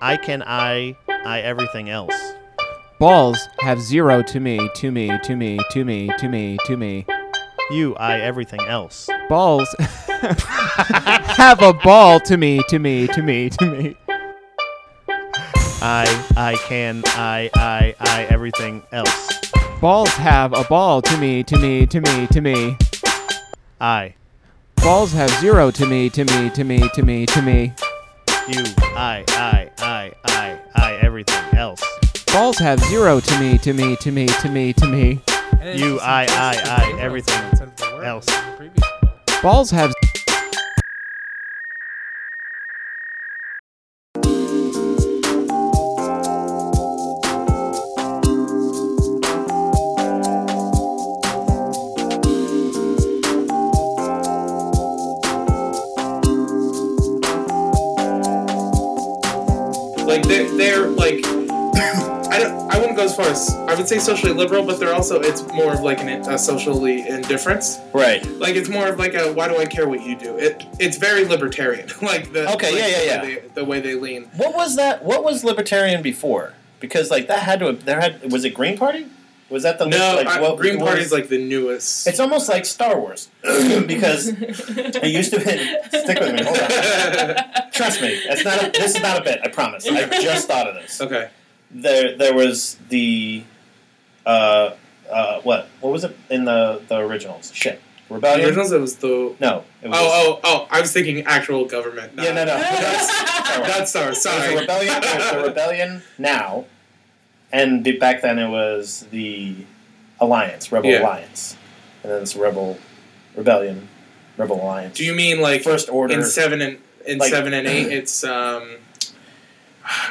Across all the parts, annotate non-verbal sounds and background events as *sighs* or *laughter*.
I can I I everything else. Balls have zero to me, to me, to me, to me, to me, to me. You I everything else. Balls *laughs* have a ball to me, to me, to me, to me. I I can I I I everything else. Balls have a ball to me, to me, to me, to me. I Balls have zero to me, to me, to me, to me, to me. you I I I I I everything else. Balls have zero to me, to me, to me, to me, to me. And You, it's just I, in case I, the I, previous everything one said the word else. in the previous one. Balls have. Like they're they're like *coughs* I don't I wouldn't go as far as I would say socially liberal, but they're also it's more of like an, a socially indifference. Right. Like it's more of like a why do I care what you do? It it's very libertarian. *laughs* like the Okay, like yeah, yeah, the yeah. Way they, the way they lean. What was that? What was libertarian before? Because like that had to have, there had was it Green Party? Was that the No, like, I- what Green was- Party's like the newest. It's almost like Star Wars *clears throat* because it used to be. Stick with me. Hold on. Trust me. That's not. A, this is not a bit. I promise. I just thought of *laughs* this. okay. There, there was the, uh, uh, what? What was it in the the originals? Shit. The Rebellion. originals it was the Oh Uh, No. It was oh oh I was thinking actual government. Not, Yeah. No. *laughs* No. That's Star Wars. Not Star, There's sorry. a rebellion. *laughs* There's the rebellion now, and the, back then it was the alliance, rebel Yeah. alliance, and then it's rebel, rebellion, rebel alliance. Do you mean like first order? in seven and in Like- seven and *clears throat* eight? It's um,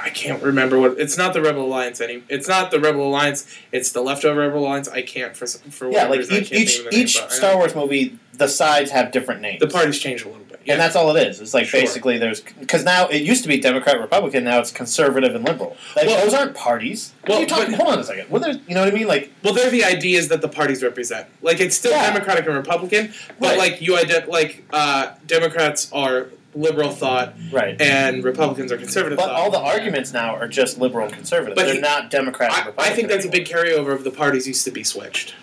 I can't remember what. It's not the Rebel Alliance any. It's not the Rebel Alliance. It's the leftover Rebel Alliance. I can't for s- for yeah, whatever like reason, I each can't think each, of the name, each but I know. Star Wars movie, the sides have different names. The parties change a little bit. Yeah. And that's all it is. It's like Sure. basically there's because now it used to be Democrat Republican, now it's conservative and liberal. Like Well- those aren't parties. Well, What are you talking? but- hold on a second. What are- you know what I mean? Like well, they're the ideas that the parties represent. Like it's still Yeah. Democratic and Republican, but Right. like you ident- like uh, Democrats are liberal thought right. and Republicans are conservative But thought. all the arguments now are just liberal and conservative. But They're he- not Democrat. and I, I Republican think that's a big anymore. carryover of the parties used to be switched.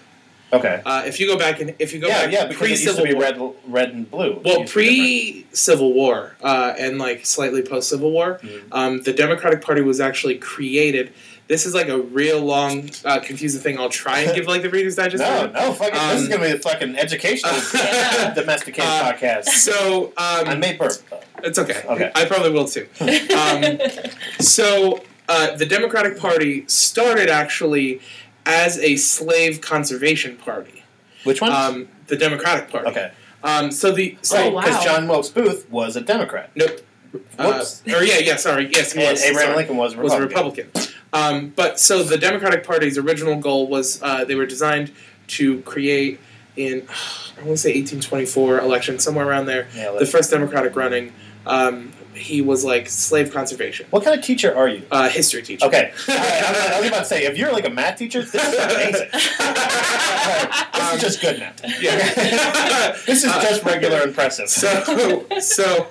Okay. Uh, if you go back and if you go yeah, back yeah, because pre it used to Civil be War, red, red and blue. It Well, used to be pre different. Civil War uh, and like slightly post Civil War, Mhm. um, the Democratic Party was actually created. This is like a real long, uh, confusing thing. I'll try and give like the Reader's Digest. *laughs* No, version. no, fucking. this is um, gonna be the fucking *laughs* educational, domesticated Uh, podcast. So um, I may burp. though. it's okay. Okay. Hmm. I probably will too. Um, so uh, the Democratic Party started actually as a slave conservation party. Which one? Um, the Democratic Party. okay, Oh, Um, so the so right, wow. because John Wilkes Booth was a Democrat, nope. Uh, Whoops. or yeah, yeah. Sorry. Yes, he and was. Abraham sorry. Lincoln was a was a Republican. Republican. Um, but so the Democratic Party's original goal was uh, they were designed to create in *sighs* I want to say 1824 election somewhere around there Yeah, the like- first Democratic running. Um, he was like slave conservation, what kind of teacher are you? uh, history teacher. Okay, All right, I, was, I was about to say if you're like a math teacher, this *laughs* is amazing. All right, this is just good now. *laughs* Yeah. *laughs* This is Uh, just regular impressive. so so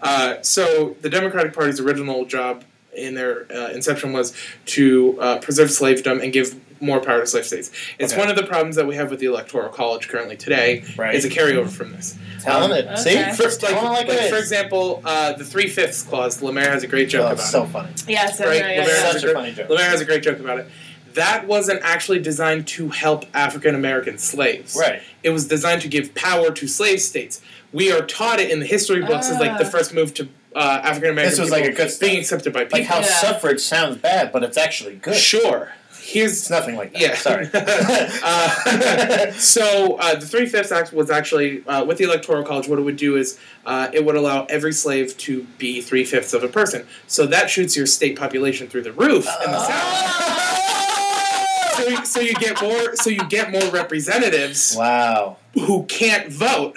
uh, so the Democratic Party's original job in their uh, inception was to uh, preserve slavedom and give more power to slave states. It's Okay. one of the problems that we have with the Electoral College currently today. right, Is a carryover from this. Um, telling it. Okay. See, It's First, like, telling it um, like like, it for is. example, uh, the three fifths clause. Lemaire has a great joke Oh, about it's so funny. yeah, so Right, no, yeah, Laverne yeah. has Such a a funny it. joke. Lemaire has a great joke about it. That wasn't actually designed to help African American slaves. Right. It was designed to give power to slave states. We are taught it in the history books as like the Ah. first move to uh, African American. This was like a good being thing. accepted by people. Like how Yeah. suffrage sounds bad, but it's actually good. Sure. Here's It's nothing like that. Yeah. *laughs* Sorry. Uh, so uh, the Three Fifths Act was actually uh, with the Electoral College. What it would do is uh, it would allow every slave to be three fifths of a person. So that shoots your state population through the roof in the South. So, you- so you get more. So you get more representatives wow. who can't vote,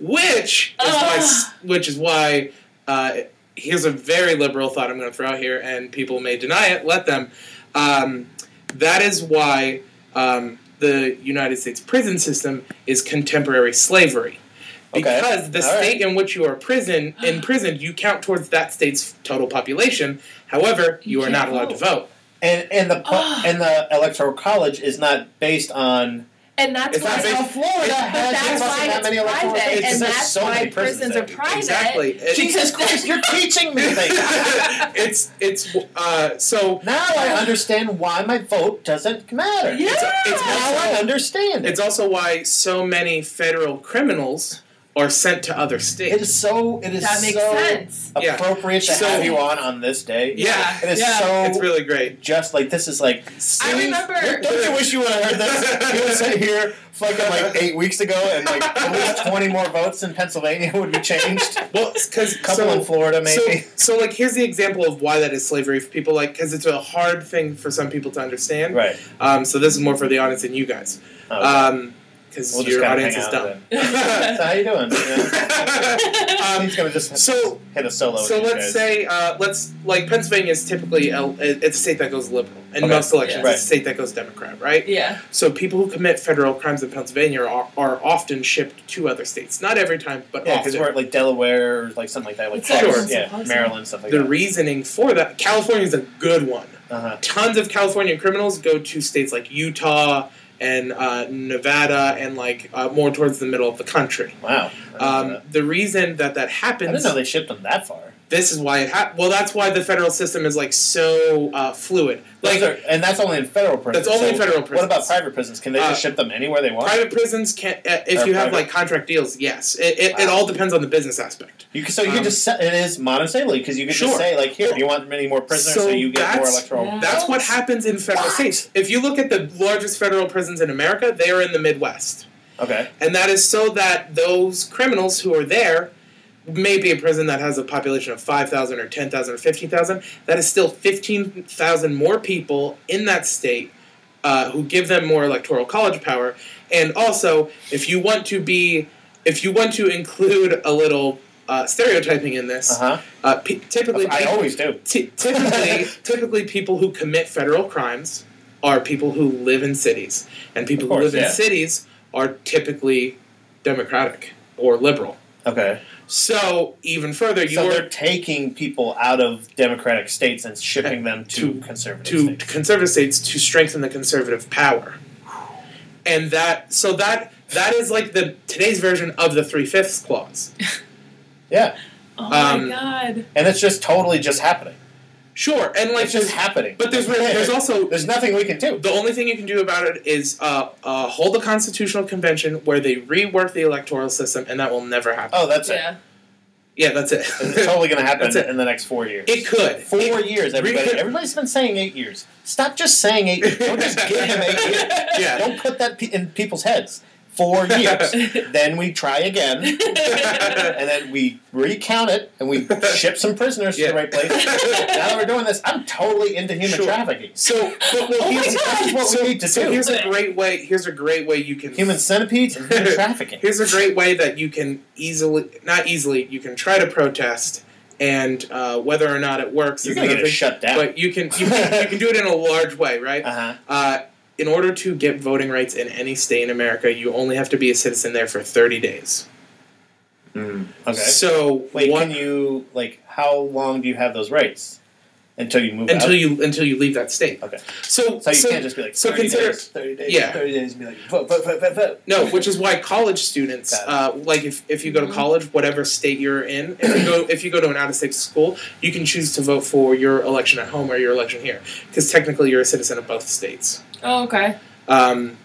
which is why. s- Which is why. Uh, here's a very liberal thought I'm going to throw out here, and people may deny it. Let them. Um, that is why um, the United States prison system is contemporary slavery. Okay. because the All right. state in which you are prison imprisoned, you count towards that state's total population. However, you, You are not can't allowed to vote. And and the po- *gasps* Ah. and the electoral college is not based on. And that's It's why not based- Well, Florida but that's fucking why that it's many electoral private, colleges. and There's that's so why many prisons are there. private. Exactly. It- Jesus Christ, you're teaching me things. *laughs* it's it's uh, so now I understand why my vote doesn't matter. Yeah. it's Now I understand. it's also why so many federal criminals are sent to other it states. is so. It is That makes so *laughs* sense. Yeah. appropriate to So- have you on on this day. Yeah, It is Yeah. so it's really great. just like this is like. I see? remember- Don't you wish you would have heard this? You would sit here fucking like eight weeks ago, and like at least twenty more votes in Pennsylvania would be changed. Well, because *laughs* Couple in Florida, maybe. So, so like, here's the example of why that is slavery for people, like, because it's a hard thing for some people to understand. right. Um, so this is more for the audience than you guys, Oh, because we'll just Uh, your kinda audience hang is out *laughs* dumb. then. so how *laughs* you doing? um, He's gonna just so hit a solo. so with you let's guys. say uh, let's like Pennsylvania is typically a, it's a state that goes liberal in Okay. most elections. Yeah. It's a state that goes Democrat, right? Yeah. So people who commit federal crimes in Pennsylvania are, are often shipped to other states. Not every time, but Yeah, because often. we're at like Delaware or like something like that, like It's like Florida, once a yeah, person. Maryland, stuff like the that. reasoning for that California is a good one. uh-huh. Tons of California criminals go to states like Utah and uh, Nevada and like uh, more towards the middle of the country. Wow. I didn't know Um, that. the reason that that I didn't happens know they shipped them that far. this is why it happened. Well, that's why the federal system is like so uh, fluid. Like Those are, and that's only in federal prisons. That's only in so federal What about prisons. private prisons? Can they just Uh, ship them anywhere they want? private prisons can't. Uh, if Or you have private. like contract deals, yes. It, it, it Wow. all depends on the business aspect. You can, so you can Um, just set, it is monosalely because you can just Sure. say like here you want many more prisoners so, So you get more that's- electoral. Yeah. That's what happens in federal What? states. If you look at the largest federal prisons in America, they are in the Midwest, Okay. and that is so that those criminals who are there. Maybe a prison that has a population of 5,000 or 10,000 or 15,000, that is still 15,000 more people in that state uh, who give them more electoral college power. And also, if you want to be, if you want to include a little uh, stereotyping in this, Uh uh, pe- typically, huh. I always do. ty- *laughs* typically, typically people who commit federal crimes are people who live in cities, and people Of course, who live yeah. in cities are typically democratic or liberal. Okay. So even further, So you're they're taking people out of democratic states and shipping them to, To- conservative to states. conservative states to strengthen the conservative power. And that so that that is like the today's version of the three fifths clause. Yeah, Oh my Um, god. and it's just totally just happening. Sure, and like It's just happening. but there's there's also There's nothing we can do. the only thing you can do about it is uh, uh, hold a constitutional convention where they rework the electoral system, and that will never happen. Oh, that's it. yeah. Yeah, that's it. It's totally going to happen That's it. in the next four years. *laughs* it could. Four It- years, everybody. Re- Everybody's been saying eight years. Stop just saying eight years. Don't just give him eight years. *laughs* Yeah. *laughs* Don't put that pe- in people's heads. *laughs* Four years. then we try again, and then we recount it, and we ship some prisoners to Yeah. the right place. now that we're doing this, I'm totally into human Sure. trafficking. So, but, well, Oh my here's, God. This is what so, we need to so do. here's a great way. Here's a great way you can Human centipedes and human trafficking. *laughs* Here's a great way that you can easily, not easily, you can try to protest, and uh, whether or not it works, You're is going to another get it thing. shut down. But you can, you can you can do it in a large way, right? uh-huh. Uh, in order to get voting rights in any state in America, you only have to be a citizen there for 30 days. Okay. So Wait, Mm. one, can you like? How long do you have those rights until you move out? until you until you leave that state. Okay. So So you can't just be like, 30 so consider- days, 30 days, yeah. 30 days, and be like, vote, vote, vote, vote, vote. No, which is why college students, Got it. uh, like if, if you go to college, whatever state you're in, if you *clears throat* go if you go to an out of state school, you can choose to vote for your election at home or your election here, because technically you're a citizen of both states. Oh, okay. Um,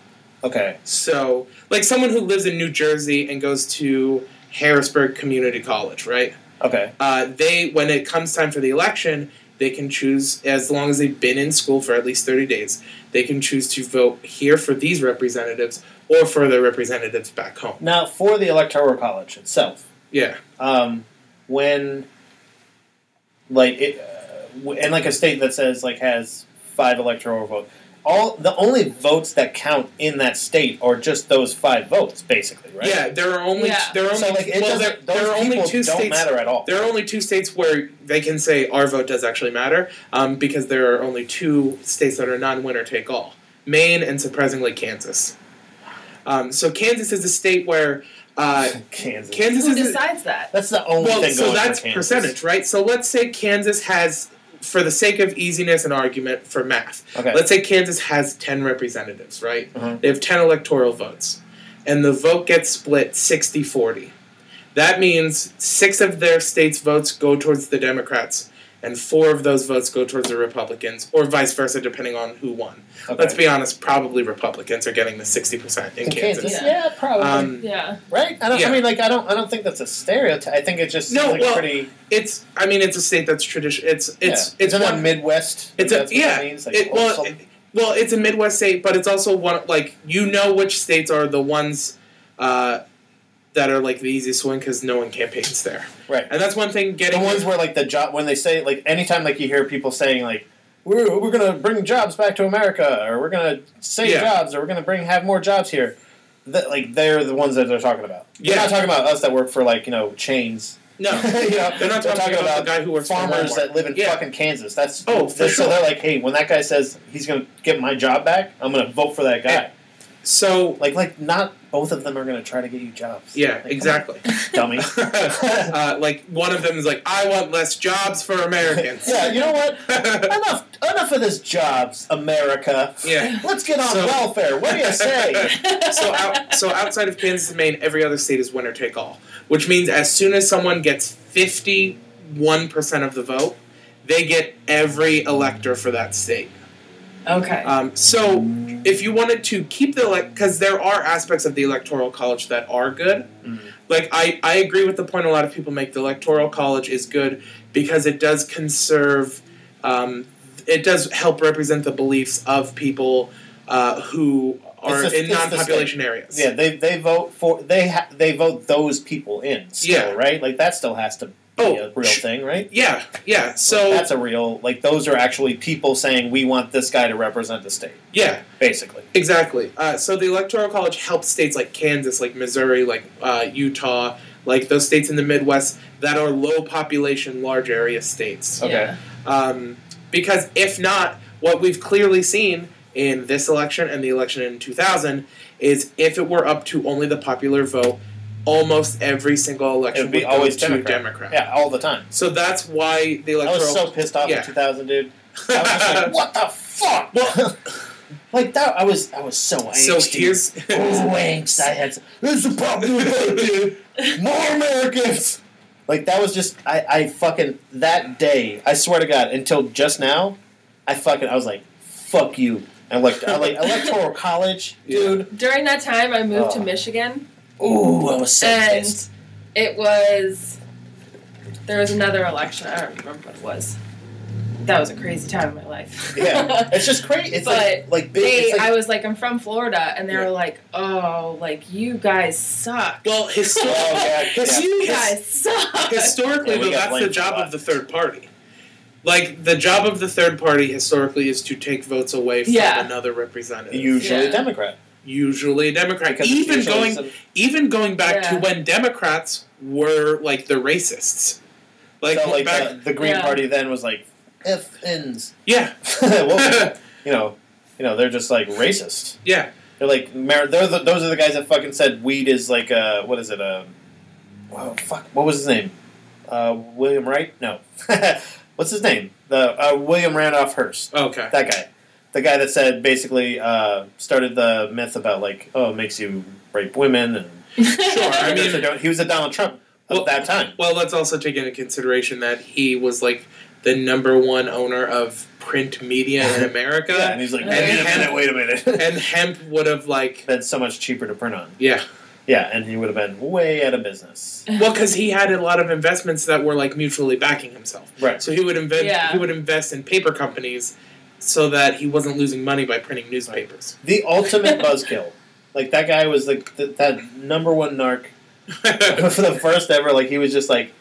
Okay. so, like someone who lives in New Jersey and goes to Harrisburg Community College, right? Okay. Uh, they when it comes time for the election, they can choose as long as they've been in school for at least thirty days, they can choose to vote here for these representatives or for their representatives back home. Now, for the electoral college itself, Yeah. um, when like it, uh, w- and like a state that says like has five electoral votes, all the only votes that count in that state are just those five votes, basically, right? Yeah, there are only Yeah. there are only So like, it well, there, doesn't. there those are only people 2 don't states. matter at all. There are only two states where they can say our vote does actually matter, um, because there are only two states that are non-winner take all: Maine and surprisingly Kansas. Um, so Kansas is a state where Uh, Kansas. Kansas Who is decides that? That's the only well, thing. so going for that's Kansas. percentage, right? So let's say Kansas has, for the sake of easiness and argument for math, Okay. let's say Kansas has 10 representatives, right? Mhm. They have 10 electoral votes, and the vote gets split 60 40. That means six of their state's votes go towards the Democrats, and four of those votes go towards the Republicans, or vice versa, depending on who won. Okay. Let's be honest, probably Republicans are getting the 60% in In Kansas. Kansas. Yeah, probably. Um, Yeah. right? I don't. yeah. I mean, like, I don't. I don't think that's a stereotype. I think it's just No, like well, pretty. It's, I mean, it's a state that's tradition. It's, it's, yeah. it's Isn't that one- Midwest. It's That's a what yeah. That means? Like, it, well, wholesome? it- well, it's a Midwest state, but it's also one like you know which states are the ones uh, that are like the easiest one because no one campaigns there, right. and that's one thing. the Getting ones where like the job when they say like anytime like you hear people saying like we're, we're gonna bring jobs back to America or we're gonna save Yeah. jobs or we're gonna bring have more jobs here, that like they're the ones that they're talking about. They're Yeah. not talking about us that work for like you know chains. *laughs* no, You know, they're not talking, about, the guy who works for farmers Walmart. that live in Yeah. fucking Kansas. That's Oh, for that's- so sure. they're like, hey, when that guy says he's gonna get my job back, I'm gonna vote for that guy. Yeah. So Like like not both of them are gonna try to get you jobs. yeah, Like, *laughs* exactly. come on, *laughs* dummy. uh, like one of them is like, I want less jobs for Americans. yeah, you know what? *laughs* yeah. enough enough of this jobs, America. Let's get on So- welfare. What do *laughs* you say? so, out, so outside of Kansas and Maine, every other state is winner take all, which means as soon as someone gets fifty-one percent of the vote, they get every elector for that state. Okay. Um, so, if you wanted to keep the elect, because there are aspects of the electoral college that are good. Mhm. Like I, I agree with the point a lot of people make. The electoral college is good because it does conserve, um, it does help represent the beliefs of people uh, who are It's the- in it's the non-population areas. yeah, they they vote for they ha- they vote those people in. Still, Yeah. right. Like that still has to be Oh, a real sh- thing, right? Yeah, yeah. So that's a real like those are actually people saying we want this guy to represent the state, yeah, basically. exactly. Uh, so the electoral college helps states like Kansas, like Missouri, like uh, Utah, like those states in the Midwest that are low population, large area states. okay. Yeah. Um, because if not, what we've clearly seen in this election and the election in 2000 is if it were up to only the popular vote, almost every single election It'd be would go always to Democrat. Democrat. Yeah, all the time. So that's why the I was electoral. so pissed off yeah. in 2000, dude. I was just like, what the fuck? Well- like that, I was I was so so angst. dude. *laughs* here's. Oh, angst. I had. This is the problem with voting, dude. More Americans. Like that was just I, I fucking that day. I swear to God, until just now, I fucking I was like, fuck you. I like I like electoral college, dude. During that time, I moved to Oh. Michigan, Ooh, I was so pissed. and it was there was another election. I don't remember what it was. That was a crazy time in my life. *laughs* Yeah, it's just crazy. It's like like big. they, it's like, I was like, I'm from Florida, and they Yeah. were like, oh, like you guys suck. Well, *laughs* historically. oh yeah, yeah. you his- guys *laughs* suck. historically, Yeah, we though, got that's blamed the for job that. of the third party. Like the job of the third party historically is to take votes away from Yeah. another representative, usually Yeah. Democrat. usually Democrat. Because it's even usually going, some- even going back to Yeah. when Democrats were like the racists, like, so, like back, the, the Green Yeah. Party then was like f *laughs* ins. yeah, well, you know, you know, they're just like racist. yeah, They're like, mar- they're the, those are the guys that fucking said weed is like a what is it a, wow fuck what was his name, uh, William Wright? No, *laughs* what's his name? The uh, William Randolph Hearst. *laughs* okay, That guy, the guy that said basically uh, started the myth about like oh it makes you rape women and sure. I That's mean, a- he was a Donald Trump at Well- that time. well, let's also take into consideration that he was like the number one owner of print media *laughs* in America, Yeah, and he's like, And wait a hemp- minute, wait a minute. *laughs* and hemp would have like, *laughs* been so much cheaper to print on. yeah. Yeah, and he would have been way out of business. Well, because he had a lot of investments that were like mutually backing himself. Right. So he would invest. Yeah. He would invest in paper companies, so that he wasn't losing money by printing newspapers. The ultimate buzzkill. Like that guy was like th- that number one narc *laughs* for the first ever. Like he was just like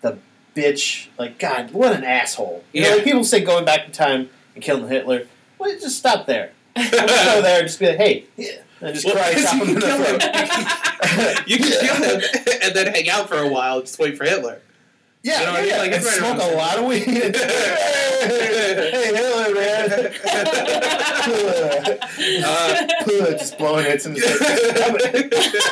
the bitch. Like God, what an asshole. You know, Yeah. like people say going back in time and killing Hitler. Why don't you just stop there? Why don't *laughs* you go there and just be like, hey, yeah, and just Well, cry, *laughs* 'cause chop you him in can the kill him. throat. *laughs* *laughs* you can kill him and then hang out for a while, just wait for *laughs* Hitler. Yeah, You know what I mean? yeah, Like, and it's right smoke around a the- lot of weed. *laughs* *laughs* hey, Hitler, man. Uh, just blowing hits in his face.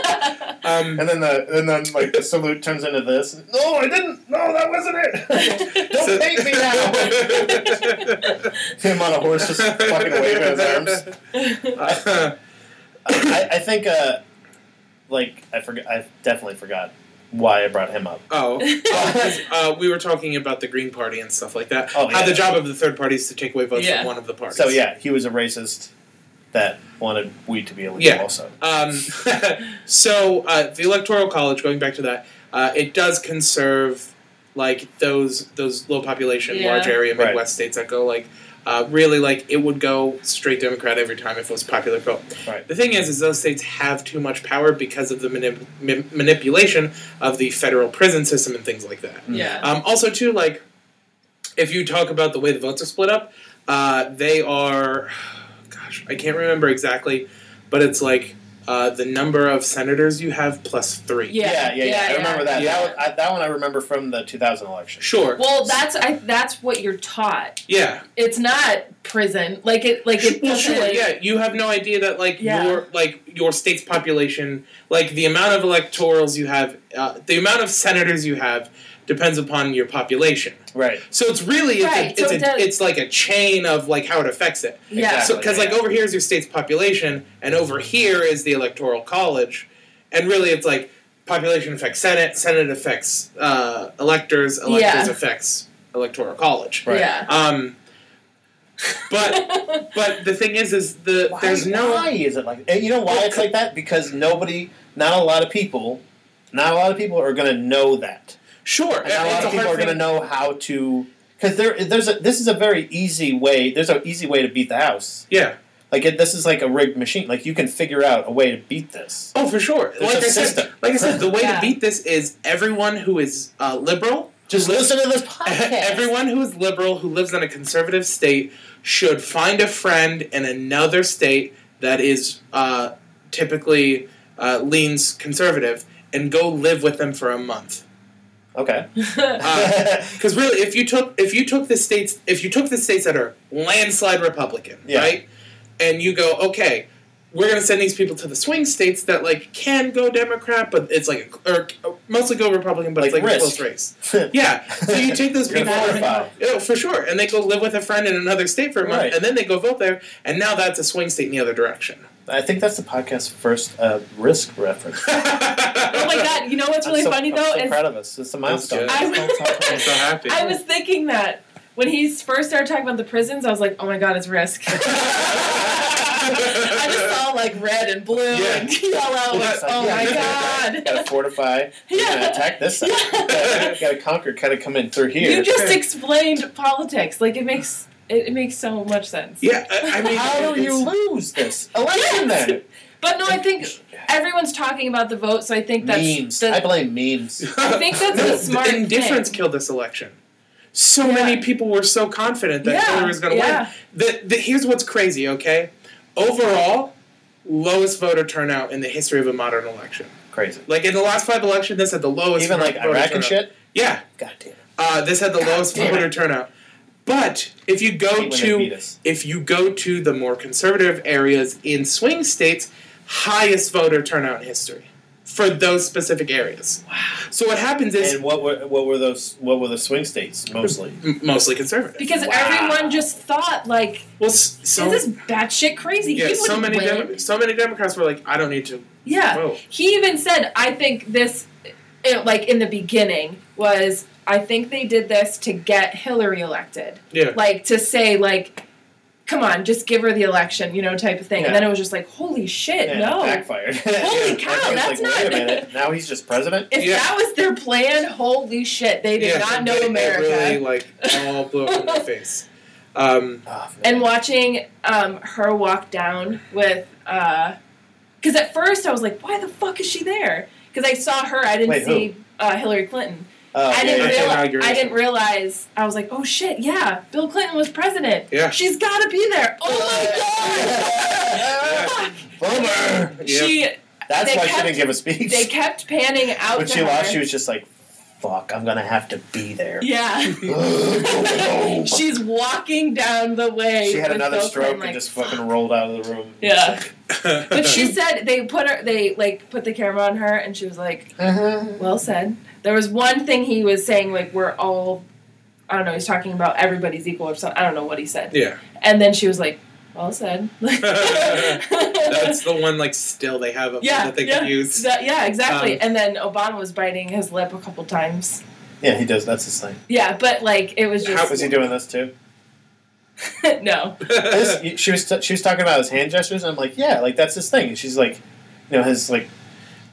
um, And then the and then like the salute turns into this. No, I didn't. No, that wasn't *laughs* it. Don't so- make me now. *laughs* Him on a horse just fucking waving his arms. *laughs* Uh, *laughs* I, I think uh, like I forgot. I definitely forgot why I brought him up. oh, Uh, 'cause, uh, we were talking about the Green Party and stuff like that. Oh, How yeah. the job of the third party is to take away votes Yeah. from one of the parties. So yeah, he was a racist that wanted weed to be illegal. Yeah. Also, Um, *laughs* so uh, the Electoral College, going back to that, uh, it does conserve like those those low population, Yeah. large area Right. Midwest states that go like uh, really like it would go straight Democrat every time if it was popular vote. Right. The thing is, is those states have too much power because of the manip- ma- manipulation of the federal prison system and things like that. *laughs* yeah. Um, also, too, like if you talk about the way the votes are split up, uh, they are, gosh, I can't remember exactly, but it's like uh, the number of senators you have plus three. yeah, yeah, yeah. I remember that. Yeah. That, one, I, that one I remember from the 2000 election. Sure. Well, that's I, that's what you're taught. yeah. It's not prison. Like it. Like it. well, sure. doesn't- Yeah. You have no idea that like Yeah. your like your state's population, like the amount of electorals you have, uh, the amount of senators you have depends upon your population. Right. So it's really it's, Right, a, so it's, it a, does- it's like a chain of like how it affects it. Yeah. Exactly. So, because like over here is your state's population, and over here is the electoral college, and really it's like population affects Senate, Senate affects uh, electors, electors Yeah. affects electoral college. Right. *laughs* Yeah. Um, but *laughs* but the thing is, is the Why, there's no why is it like and you know why it's like that because nobody not a lot of people not a lot of people are going to know that sure. and not a lot it's of people hard are going to thing. know how to because there there's a this is a very easy way there's an easy way to beat the house Yeah. like it, this is like a rigged machine like you can figure out a way to beat this Oh, for sure. like a I said, system. like I said, the way Yeah. to beat this is everyone who is uh, liberal just listen to this Oh podcast Everyone who is liberal who lives in a conservative state should find a friend in another state that is uh, typically uh, leans conservative and go live with them for a month. okay *laughs* Uh, Because really, if you took if you took the states if you took the states that are landslide Republican, Yeah. right, and you go okay. We're gonna send these people to the swing states that like can go Democrat, but it's like a, or mostly go Republican, but Like it's like risk. a close race. *laughs* Yeah, so you take those *laughs* You're people gonna qualify. yeah, for sure. And they go live with a friend in another state for a month, Right. and then they go vote there, and now that's a swing state in the other direction. *laughs* I think that's the podcast's first uh, risk *laughs* reference. Oh oh my god! You know what's really I'm so, funny I'm though so is proud of us. It's a milestone. good. *laughs* I'm so happy. I was thinking that when he first started talking about the prisons, I was like, oh my god, it's risk. *laughs* I just saw like red and blue Yeah. and *laughs* yellow. Well, and, that's- oh my gotta god. fortify. You're Yeah. gonna attack this side. Yeah. gotta, gotta conquer. Gotta come in through here. You just explained politics. Like it makes it, it makes so much sense. yeah, I, I mean, How do it's- you lose this election Yes. then? But no, I think everyone's talking about the vote, so I think that's memes. the- I blame memes. I think that's the *laughs* No, smart the indifference thing. killed this election. So Yeah. many people were so confident that Yeah, Hillary was going to yeah. win. The, the, here's what's crazy, okay? Overall, lowest voter turnout in the history of a modern election. Crazy. Like in the last five elections, this had the lowest. Even like voter Iraq and turnout. shit. Yeah, God damn. it. Uh, this had the lowest damn voter turnout. But if you Hate go when they beat to us. if you go to the more conservative areas in swing states, highest voter turnout in history for those specific areas. Wow. So what happens is And what were what were those? What were the swing states mostly? m- mostly conservative. Because Wow. everyone just thought like, well, s- so this is batshit crazy. yeah, he so wouldn't many win. Demo- so many Democrats were like, I don't need to yeah. vote. He even said, I think this, it, like in the beginning, was I think they did this to get Hillary elected. Yeah. Like to say, like, come on, just give her the election, you know, type of thing. And Yeah. then it was just like, holy shit, Yeah, no. backfired. *laughs* Holy cow, Everyone's that's like, Wait a not- minute. Now he's just president. If Yeah. that was their plan, holy shit, they did yeah, not know it America. Really, *laughs* like all blew up in my face. Um, Oh, man. and watching um, her walk down with, because at first I was like, why the fuck is she there? Because I saw her, I didn't Wait, who? see uh, Hillary Clinton. Oh, I yeah, yeah, didn't real- realize. I Inauguration. didn't realize. I was like, oh shit, yeah, Bill Clinton was president. Yeah. she's got to be there. Oh Yeah. my god! Boomer. She That's They why she kept- didn't give a speech. they kept panning out when to she her. lost, she was just like, fuck, I'm gonna have to be there. *laughs* *laughs* Yeah. *laughs* She's walking down the way. She had with another Bill stroke Clinton, and like, just fucking rolled out of the room. Yeah. *laughs* But she she's said they put her they like put the camera on her and she was like, Uh-huh. Well said. There was one thing he was saying, like, we're all I don't know, he's talking about everybody's equal or something. I don't know what he *laughs* said. yeah, And then she was like, Well said. *laughs* *laughs* that's the one like still they have up yeah, that they yeah, can use. That- yeah, exactly. Um, and then Obama was biting his lip a couple times. *laughs* Yeah, he does. That's his thing. Yeah, but like it was How was just he doing *laughs* this too? *laughs* no. This- she was she was talking about his hand gestures, and I'm like, yeah, like that's his thing. And she's like, you know, his like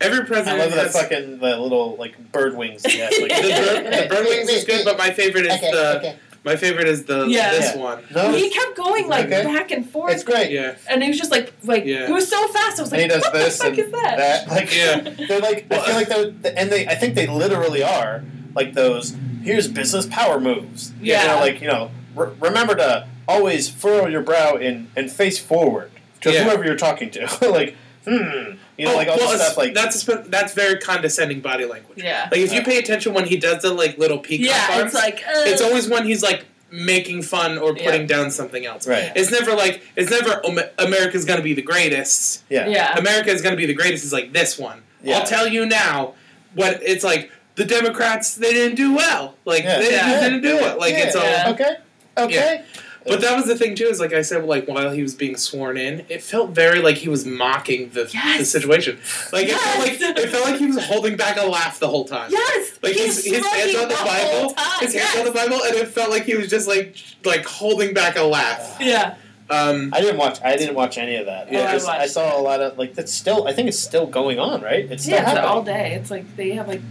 Every I president love that has- fucking the little like bird wings. Yeah, *laughs* like, the, bird, *laughs* the bird wings is good, but my favorite is the my favorite is the Yeah. this Yeah. one. No, he kept going like Okay. back and forth. it's great. Yeah, and he was just like like Yeah. it was so fast. I was And like, he does what this the fuck and is that? Like, Yeah. *laughs* they're like, I feel like they're, and they, I think they literally are like those. Here's business power moves. You Yeah. know, like you know, re- remember to always furrow your brow and and face forward to Yeah. whoever you're talking to. *laughs* like, hmm, you know, Oh, like all well, this it's- stuff. Like, that's a spe- that's very condescending body language. yeah, Like if you pay attention when he does the like little peacock yeah. arms, It's like uh, it's always when he's like making fun or Yeah. putting down something else. right? It's never like it's never "Ome- America's gonna be the greatest. Yeah. yeah, America's gonna be the greatest is like this one. Yeah. I'll tell you now. What it's like the Democrats they didn't do well. Like Yeah. they Yeah. didn't do it. Like it's all. Yeah. Okay. Okay. But that was the thing too. Is like I said, like while he was being sworn in, it felt very like he was mocking the, the Yes. situation. Like it Yes. felt like it felt like he was holding back a laugh the whole time. yes. Like he's his, his hands smirking on the whole Bible, time, his yes. hands on the Bible, and it felt like he was just like like holding back a laugh. yeah, Um, I didn't watch. I didn't watch any of that. Yeah. I, just, Oh, I I watched saw a lot of like that's still. I think it's still going on, right? It's still yeah. It's happening. all day. It's like they have like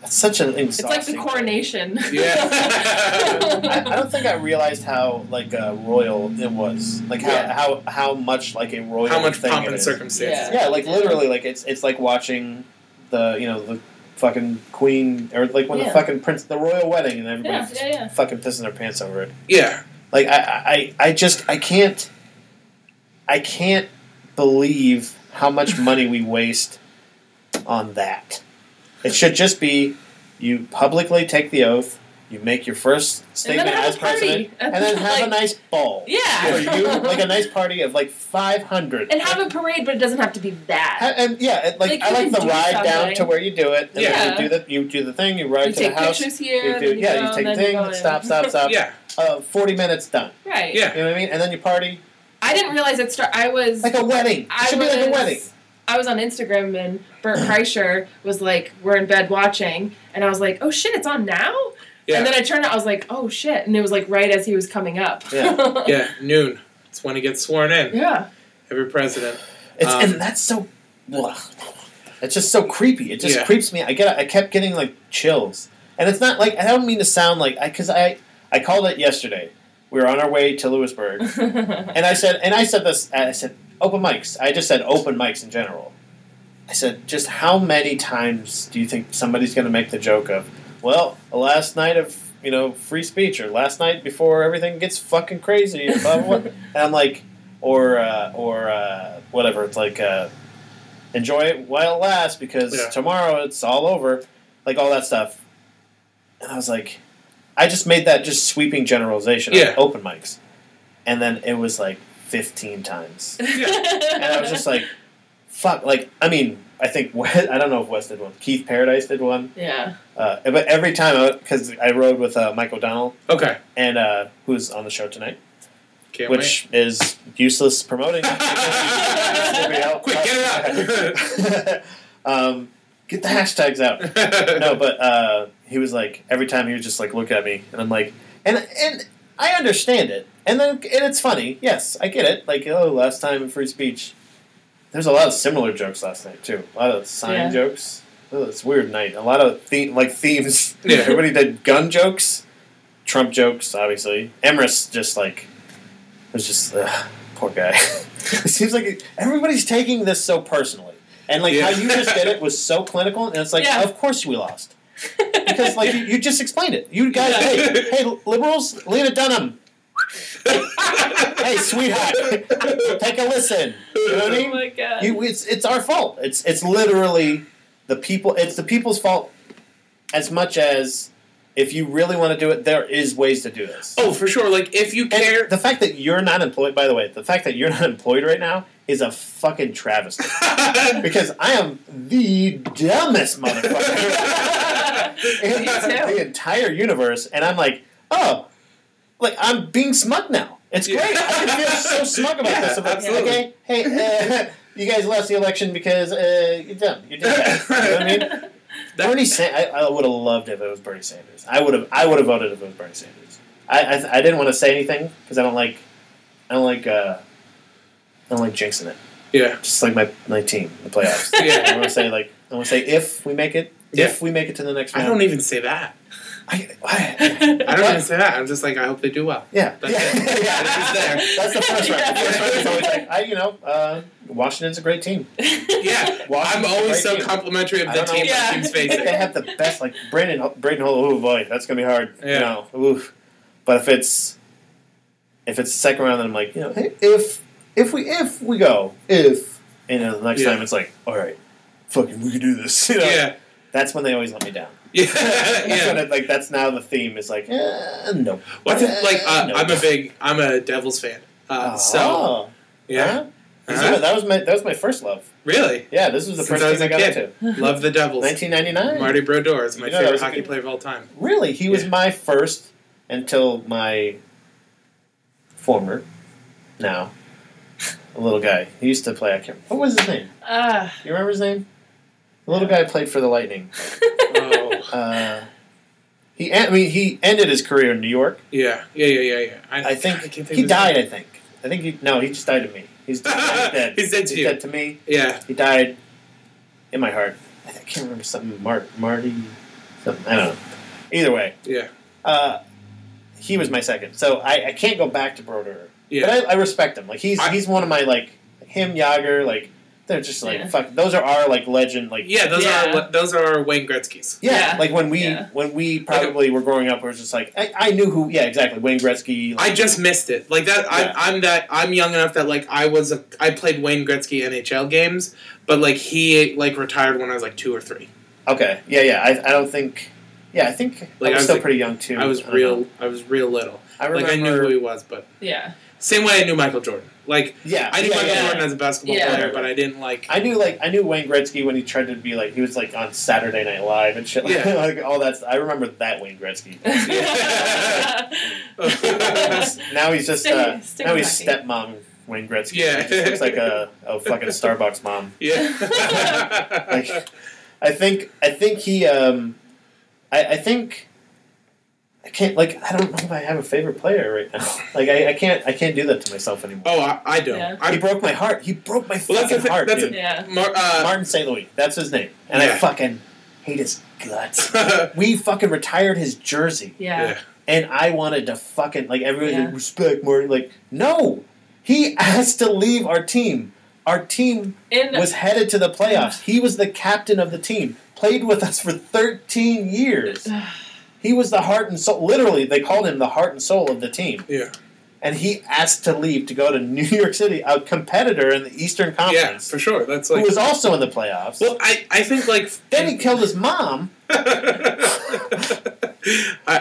That's such an it's like the exhausting- coronation. *laughs* *laughs* I, Yeah. I don't think I realized how like uh, royal it was. Like how, Yeah. how how much like a royal how much thing pomp it and is. circumstance? Yeah, like literally, like it's it's like watching the you know the fucking queen or like when the Yeah. fucking prince the royal wedding and everybody yeah, yeah, yeah. fucking pissing their pants over it. Yeah, Like I, I I just I can't I can't believe how *laughs* much money we waste on that. It should just be you publicly take the oath, you make your first And statement then have as a party. president, and then have like, a nice ball. yeah. For you, like a nice party of like five hundred. *laughs* and have a parade, but it doesn't have to be Ha- that. and yeah, it, like, Like, I you like can the do ride down something. to where you do it, and Yeah. then you do the you do the thing, you ride you to take the house, pictures here. you do then yeah, go, you take and the then thing, you go in. stop, stop, *laughs* stop. yeah, Uh, Forty minutes done. right. yeah. You know what I mean? And then you party I didn't realize it start. I was like a wedding. It I should was, be like a wedding. I was on Instagram and *clears throat* Bert Kreischer was like, "We're in bed watching," and I was like, "Oh shit, it's on now!" Yeah. And then I turned, out, I was like, "Oh shit!" And it was like right as he was coming up. *laughs* Yeah. Yeah, noon. It's when he gets sworn in. Yeah. Every president. It's, Um, and that's so. Ugh. It's just so creepy. It just Yeah. creeps me. I get. I kept getting like chills, and it's not like I don't mean to sound like I because I I called it yesterday. We were on our way to Lewisburg, and I said and I said this. I said open mics. I just said open mics in general. I said just how many times do you think somebody's going to make the joke of, well, the last night of you know free speech or last night before everything gets fucking crazy and *laughs* blah blah. blah. and I'm like, or uh, or uh, whatever. It's like uh, enjoy it while it lasts because Yeah. tomorrow it's all over, like all that stuff. And I was like, I just made that just sweeping generalization Yeah. of open mics, and then it was like 15 times, *laughs* and I was *laughs* just like, fuck. Like I mean, I think Wes, I don't know if Wes did one. Keith Paradise did one, yeah. uh, but every time because I, rode with uh, Mike O'Donnell Okay. and uh, who's on the show tonight, Can't which is useless promoting. *laughs* Quick, get it out. um, get the hashtags out. wait. *laughs* *laughs* No, but uh, he was like, every time he would just like look at me, and I'm like, and and I understand it, and then and it's funny. Yes, I get it. Like, oh, last time in free speech, there's a lot of similar jokes last night too. A lot of sign Yeah. jokes. Oh, it's a weird night. A lot of the- like themes. *laughs* Yeah. Everybody did gun jokes, Trump jokes, obviously. Emrys just like was just ugh, poor guy. *laughs* it seems like everybody's taking this so personally, and like Yeah. how you *laughs* just did it was so clinical, and it's like, Yeah. of course we lost because like you, you just explained it. You guys, hey, hey, liberals, Lena Dunham, hey, sweetheart, take a listen. You know what I oh mean? my god. *laughs* You, it's it's our fault. It's it's literally the people. It's the people's fault as much as if you really want to do it, there is ways to do this. Oh, for sure. Like if you And care, the fact that you're not employed, by the way, the fact that you're not employed right now is a fucking *laughs* travesty. because I am the *laughs* dumbest motherfucker in Me too. the entire universe, and I'm like, oh, like I'm being smug now. It's great. Yeah. I can feel so smug about Yeah, this. I'm *laughs* like, absolutely. okay, hey, uh, *laughs* you guys lost the election because uh, you're dumb. You're dumb. you know *laughs* what I mean? Bernie Sa- I, I would have loved if it was Bernie Sanders. I would have. I would have voted if it was Bernie Sanders. I I, I didn't want to say anything because I don't like, I don't like, uh, I don't like jinxing it. yeah, Just like my my team, the playoffs. *laughs* Yeah. I want to say like I want to say if we make it, Yeah. if we make it to the next I round. don't even say that. I, I, I don't even say that. I'm just like, I hope they do well. *laughs* yeah, That's yeah, it. *laughs* yeah. It's there. That's the first round. The first round is always Yeah. like I, you know, uh, Washington's a great team. Yeah, I'm Washington's a always great so team. complimentary of I the don't know team why- my team's *laughs* they facing. have the best, like Brandon Braden Hall. Oh boy, that's gonna be hard. Yeah. You know, oof. But if it's if it's the second round, then I'm like, you know, hey, if if we if we go if and then the next Yeah. time it's like, all right, fucking, we can do this. *laughs* You know? Yeah, *laughs* That's when they always let me down. yeah, *laughs* That's yeah. when it, like that's now the theme is like, eh, no. What's it like? Eh, Uh, no. I'm a big, I'm a Devils fan. Uh, Oh. So yeah, Uh-huh. Huh? This is my- that was my that was my first love. really Yeah, this was the Since first I was team I a got kid. into. *laughs* love the Devils. 1999. Marty Brodeur is my You know, that favorite was a hockey good- player of all *laughs* time. Really, he was Yeah. my first until my former, now, a little guy. He used to play. I can't. What was his name? Uh, You remember his name? The little guy played for the Lightning. Oh Uh, he, en- I mean, he ended his career in New York. yeah, yeah, yeah, yeah, yeah. I God, think can't he of his died. name. I think. I think he. No, he just died to me. He's, *laughs* he's dead. He's dead to you. to me. Yeah, He died in my heart. I think- I can't remember something. Mart, Marty. Something. I don't know. Either way. yeah, uh, he was my second. So I, I can't go back to Broder. yeah. But I, I respect him. Like he's I- he's one of my like him Yager. Like they're just like Yeah. fuck. Those are our like legend. Like Yeah, those Yeah. are our, those are our Wayne Gretzky's. yeah, Yeah. Like when we Yeah. when we probably were growing up, it was just like I, I knew who. Yeah, exactly. Wayne Gretzky. Like, I just missed it. Like that, Yeah. I, I'm that. I'm young enough that like I was. A, I played Wayne Gretzky NHL games, but like he like retired when I was like two or three. okay. Yeah, yeah. I, I don't think. Yeah, I think Like, I I was was still like- pretty young too. I was don't real. know. I was real little. I Like remember. I knew who he was, but *laughs* yeah. same way I knew Michael Jordan. Like Yeah, I knew yeah, Michael yeah. Jordan as a basketball Yeah. player, but I didn't like. I knew like I knew Wayne Gretzky when he tried to be like he was like on Saturday Night Live and shit like, Yeah. *laughs* like all that. stuff. I remember that Wayne Gretzky. Yeah. *laughs* now he's just Stay- uh, stay now he's happy. stepmom Wayne Gretzky. Yeah. he just looks like a, a fucking Starbucks mom. yeah. Like I think I think he um I, I think I can't like I don't know if I have a favorite player right now. *laughs* Like I, I can't I can't do that to myself anymore. *laughs* oh, I, I don't. Yeah. he I'm, broke my heart. He broke my Well, that's the fucking thing- heart, that's the dude. *laughs* Yeah. Mar- *laughs* uh, Martin St. Louis. That's his name, and I Yeah. fucking hate his guts. we fucking retired his jersey. Yeah. and I wanted to fucking like everybody Yeah. like, respect Martin. Like, no, he *laughs* asked to leave our team. Our team In was headed to the playoffs. He was the captain of the team. Played with us for 13 years. He was the heart and soul. Literally, they called him the heart and soul of the team. yeah. And he asked to leave to *laughs* go to New York City, a competitor in the Eastern Yeah, Conference, for sure. That's like. who was also in the playoffs. well, I, I think like. then he killed his mom I,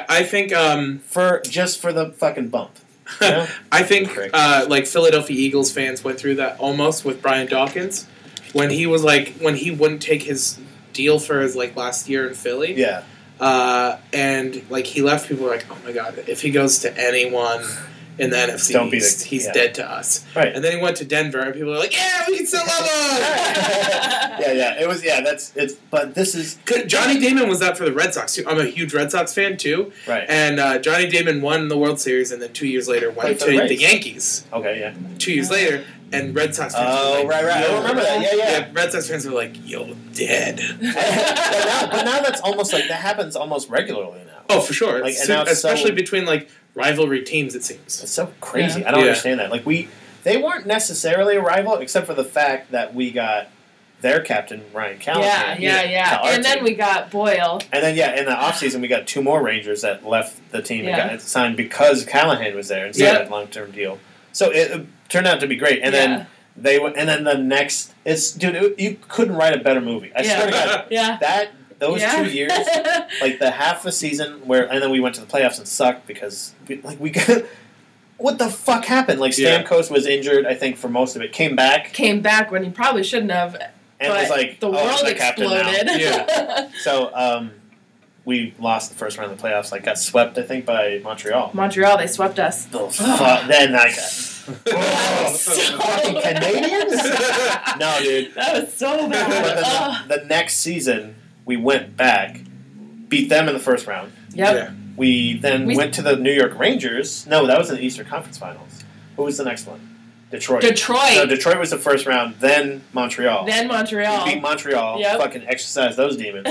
I think um, for just for the fucking bump. You know? I think Correct. uh, like Philadelphia Eagles fans went through that almost with Brian Dawkins when he was like when he wouldn't take his deal for his like last year in Philly. yeah, Uh, and like he left, people were like, "Oh my god, if he goes to anyone in the NFC Don't be the- East, he's yeah. dead to us." right. And then he went to Denver, and people were like, "Yeah, we can still love him." yeah, yeah. It was yeah. That's it's. But this is 'Cause Johnny Damon was that for the Red Sox too. I'm a huge Red Sox fan too, right. and uh, Johnny Damon won the World Series, and then two years later Played went for to the the, Rays. Yankees. Okay, yeah. Two years later, and Red Sox fans. Oh, were like, right, right. I "Yo." remember that. Yeah, yeah. Yeah, Red Sox fans were like, "Yo, dead." *laughs* but, now, but now that's almost like that happens almost regularly now. Oh, for sure. Like, and So- now it's so- especially between like rivalry teams, it *laughs* seems. It's so crazy. I don't Yeah. understand that. Like we, they weren't necessarily a rival, except for the fact that we got their captain Ryan Callahan. yeah, yeah, to yeah. our And then team. we got Boyle. And then yeah, in the offseason we got two more Rangers that left the team Yeah. and got signed because Callahan was there and signed Yeah. a long term deal. So it, it turned out to be great. And Yeah. then they went, and then the next it's dude, it, you couldn't write a better movie. I Yeah. *laughs* swear to God, Yeah. that those Yeah. two years, like the half a season where, and then we went to the playoffs and sucked because we, like we got *laughs* what the fuck happened? Like Yeah. Stamkos was injured, I think, for most of it. Came back *laughs* Came back when he probably shouldn't have, and but was like, the oh, world I'm the captain now. exploded. So um, we lost the first round of the playoffs. Like got swept, I think, by Montreal. *laughs* Montreal, they swept us. The fuck- then I *laughs* got That *laughs* was *laughs* so- fucking Canadians. no, dude. That was so But bad. Oh. then Ugh. the, the next season, we went back, beat them in the first round. Yep. Yeah. We then We- went to the New York Rangers. No, that was in the Eastern Conference Finals. Who was the next one? Detroit. Detroit, No, Detroit was the first round, then Montreal. then Montreal. *laughs* We beat Montreal, Yep. fucking exercise those *laughs* demons.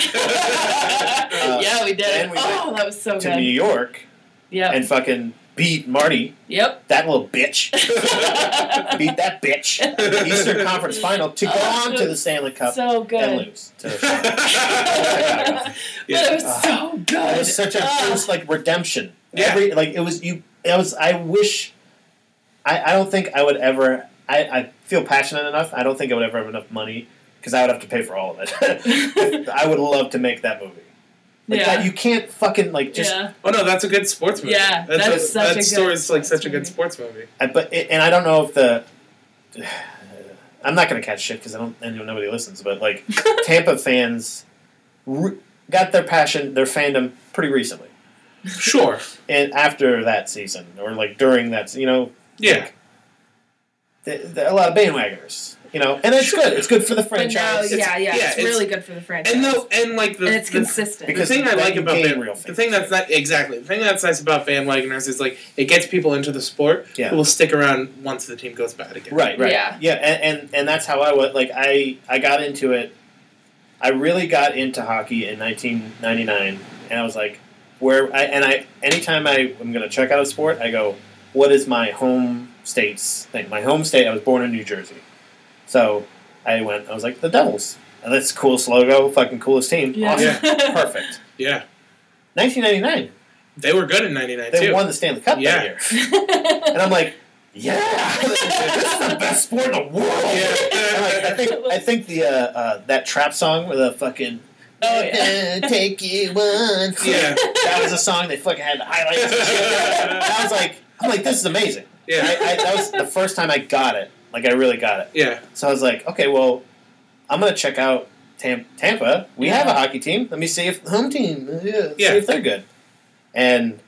yeah, we did. then it. we oh, that was so to New good. York Yep. and fucking beat Marty, yep. that little *laughs* bitch. beat that bitch. Eastern Conference Final to go Oh, on to the Stanley Cup so and good. lose. To- *laughs* but it was Ah. so It good. was such a Ah. it was like redemption. Yeah. Every like it was you. It was I wish. I I don't think I would ever. I I feel passionate enough. I don't think I would ever have enough money because I would have to pay for all of it. I would love to make that movie. Like yeah. that, you can't fucking like just. yeah. Oh no, that's a good sports movie. Yeah, that's, that a- is such a that good story's like sports such a good movie. sports movie. I, but it, and I don't know if the. *sighs* I'm not gonna catch shit because I don't. I know nobody listens, but like Tampa fans, re- got their passion, their fandom pretty recently, Sure. and after that season or like during that, you know, Yeah. th- th- a lot of bandwagoners, you know, and it's good. It's good for the *laughs* But now, franchise. yeah, yeah, yeah, it's, it's- really good for the franchise. And though and like the and it's the- consistent. the Because thing I then like you about gain Van, real the fans. thing that's not exactly the thing that's nice about bandwagoners is like it gets people into the sport Yeah. who will stick around once the team goes bad again. Right, right. Yeah. and, and and that's how I was like I I got into it. I really got into hockey in 1999 and I was like where I and I anytime I am going to check out a sport, I go what is my home state's thing? My home state, I was born in New Jersey. So, I went I was like the Devils. And that's the coolest logo, fucking coolest team. yeah. Awesome. *laughs* Perfect. Yeah. 1999. They were good in '99 They too. won the Stanley Cup Yeah. that year. *laughs* Oh, And I'm like, yeah, *laughs* this is the best sport in the world. Yeah. *laughs* And, like, I think I think the uh, uh, that trap song with a fucking Oh, *laughs* yeah. "I'm gonna take you once. Yeah. *laughs* that was a song they fucking had highlights. And shit. And I was like, I'm like, this is amazing. yeah. I, I, that was the first time I got it. Like I really got it. yeah. So I was like, okay, well, I'm gonna check out Tam- Tampa. We have a hockey team. Let me see if the home team. uh, Yeah, see Yeah. if they're good. And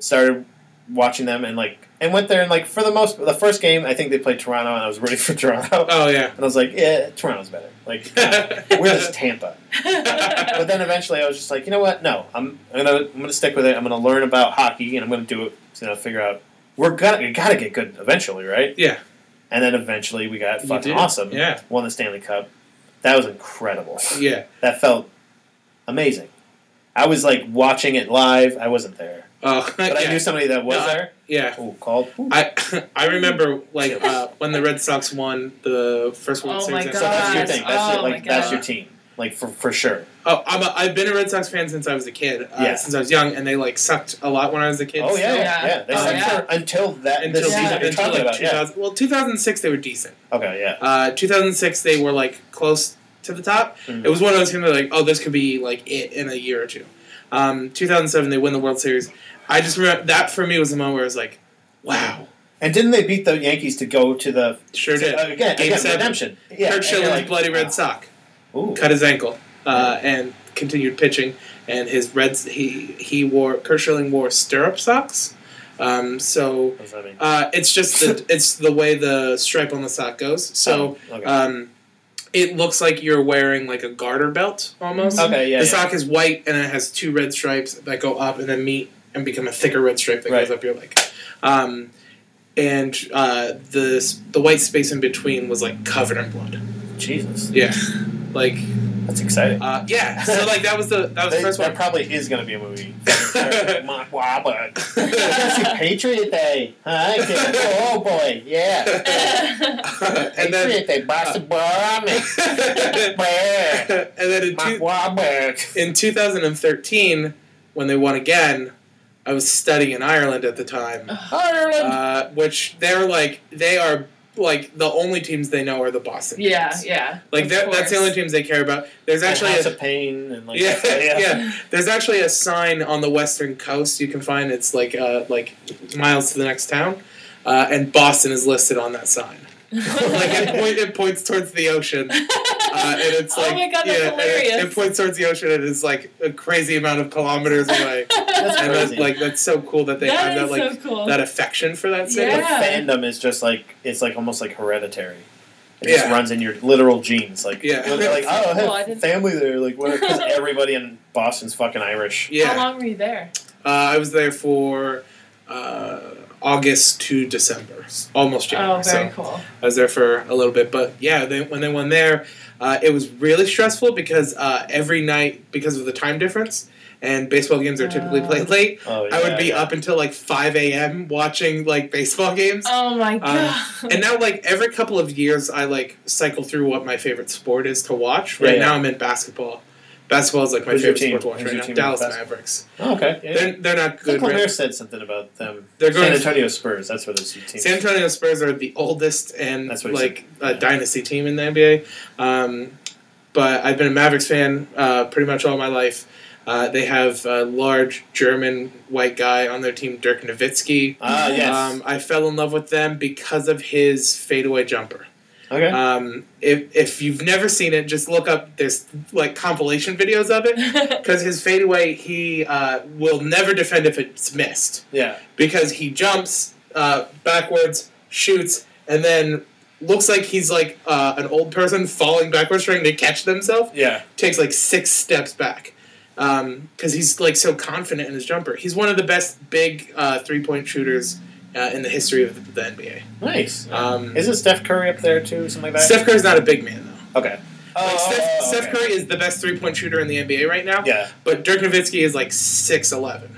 started watching them and like and went there and like for the most the first game I think they played Toronto and I was rooting *laughs* for Toronto Oh yeah. and I was like yeah Toronto's better like uh, *laughs* *laughs* we're just Tampa but then eventually I was just like you know what no I'm, I'm gonna I'm gonna stick with it I'm gonna learn about hockey and I'm gonna do it you know figure out we're gonna we gotta get good eventually right Yeah. and then eventually we got You fucking did. awesome Yeah. won the Stanley Cup that was incredible Yeah. that felt amazing I was like watching it live I wasn't there Oh *laughs* but yeah. I knew somebody that was No, I- there yeah. Oh, called. I *laughs* I remember like uh, when the Red Sox won the first World Oh, Series. my so that's your God. thing. That's Oh, your, my like that's God. your team. Like for for sure. Oh, I'm a, I've been a Red Sox fan since I was a kid. Uh, Yeah. Since I was young, and they like sucked a lot when I was a kid. oh yeah, so- yeah. yeah. They Oh, sucked yeah. for- until that Until, this Yeah. season you're until talking like about. Yeah. 2000 well, 2006 they were decent. Okay, yeah. Uh, 2006 they were like close to the top. Mhm. It was one of those things that like, oh, this could be like it in a year or two. Um, 2007 they win the World Series. I just remember that for me was the moment where I was like, wow, And didn't they beat the Yankees to go to the sure to- did. uh, again, Game again seven. redemption? Yeah. Kurt and you're Schiller's like, bloody wow. Mm-hmm. red sock. Ooh. cut his ankle uh, and continued pitching. And his Reds, he he wore Kurt Schilling wore stirrup socks. Um, so What does that mean? uh, it's just *laughs* the, it's the way the stripe on the sock goes. So Oh, okay. um, it looks like you're wearing like a garter belt almost. okay, yeah. the yeah. sock is white and it has two red stripes that go up and then meet and become a thicker red stripe that goes Right. up your leg. Um, and uh, the s- the white space in between was like covered in blood. Jesus, *laughs* Yeah, like that's exciting. uh, yeah, so like that was the that was the They- first there *laughs* one. probably is going to be a *laughs* movie. Mark Wahlberg. That's your Patriot Day, huh? kid? Oh boy, yeah. *laughs* *laughs* and then Patriot Day, Boston *laughs* Bombing. and Brr. then in, Mark two, Wahlberg. in 2013 when they won again, I was studying in Ireland at the time, Ireland. uh, which they're like they are like the only teams they know are the Boston. Yeah, teams. yeah. Like of that, that's the course. only teams they care about. There's Actually, actually House a of Pain and like *laughs* *laughs* yeah, yeah, yeah. There's actually a sign on the western coast you can find. It's like uh, like miles to the next town, uh, and Boston is listed on that sign. *laughs* like it, point, it points towards the *laughs* ocean, uh, and it's like oh my god, that's yeah, and it- hilarious. It, points towards the ocean, and it's like a crazy amount of kilometers *laughs* away. That's and that's crazy. like that's so cool that they That have that is like so cool. that affection for that city. The Yeah. fandom is just like it's like almost like hereditary. It just Yeah. runs in your literal genes. Like Yeah. you're like oh, I Well, I have didn't- family there. Like what? *laughs* Because everybody in Boston's fucking Irish. Yeah. How long were you there? Uh, I was there for uh, August to December, s- almost January. oh, very so cool. I was there for a little bit, but yeah, they, when they won there, uh, it was really stressful because uh, every night, because of the time difference, and baseball games are typically Oh. played late. Oh, yeah, I would be yeah. up until like five a.m. watching like baseball games. Um, Oh my god. and now, like every couple of years, I like cycle through what my favorite sport is to watch. Right Yeah, yeah. now, I'm in basketball. Basketball is like my Who's your favorite team? sport to watch Who's your right now. team in Dallas basketball? Mavericks. Oh, okay. Yeah. They're they're not I think good. right Lemaire said something about them. They're going San to- Antonio Spurs. That's where those two teams. San Antonio Spurs are the oldest and That's what he like said. a Yeah. dynasty team in the NBA. Um, but I've been a Mavericks fan uh, pretty much all my life. Uh, they have a large German white guy on their team, Dirk Nowitzki. Ah, yes. Um, I fell in love with them because of his fadeaway jumper. okay. Um, if, if you've never seen it, just look up. There's like compilation videos of it *laughs* because his fadeaway, he uh, will never defend if it's missed yeah. because he jumps uh, backwards, shoots, and then looks like he's like uh, an old person falling backwards trying to catch themselves. Yeah. Takes like six steps back because he's like so confident in his jumper. He's one of the best big uh, three point shooters uh, in the history of the, the NBA. Nice. Um, Isn't Steph Curry up there too? Something like that. Steph Curry's not a big man though. Okay. Oh, Like, Steph, oh, oh, Steph okay. Curry is the best three point shooter in the NBA right now. Yeah. But Dirk Nowitzki is like six eleven,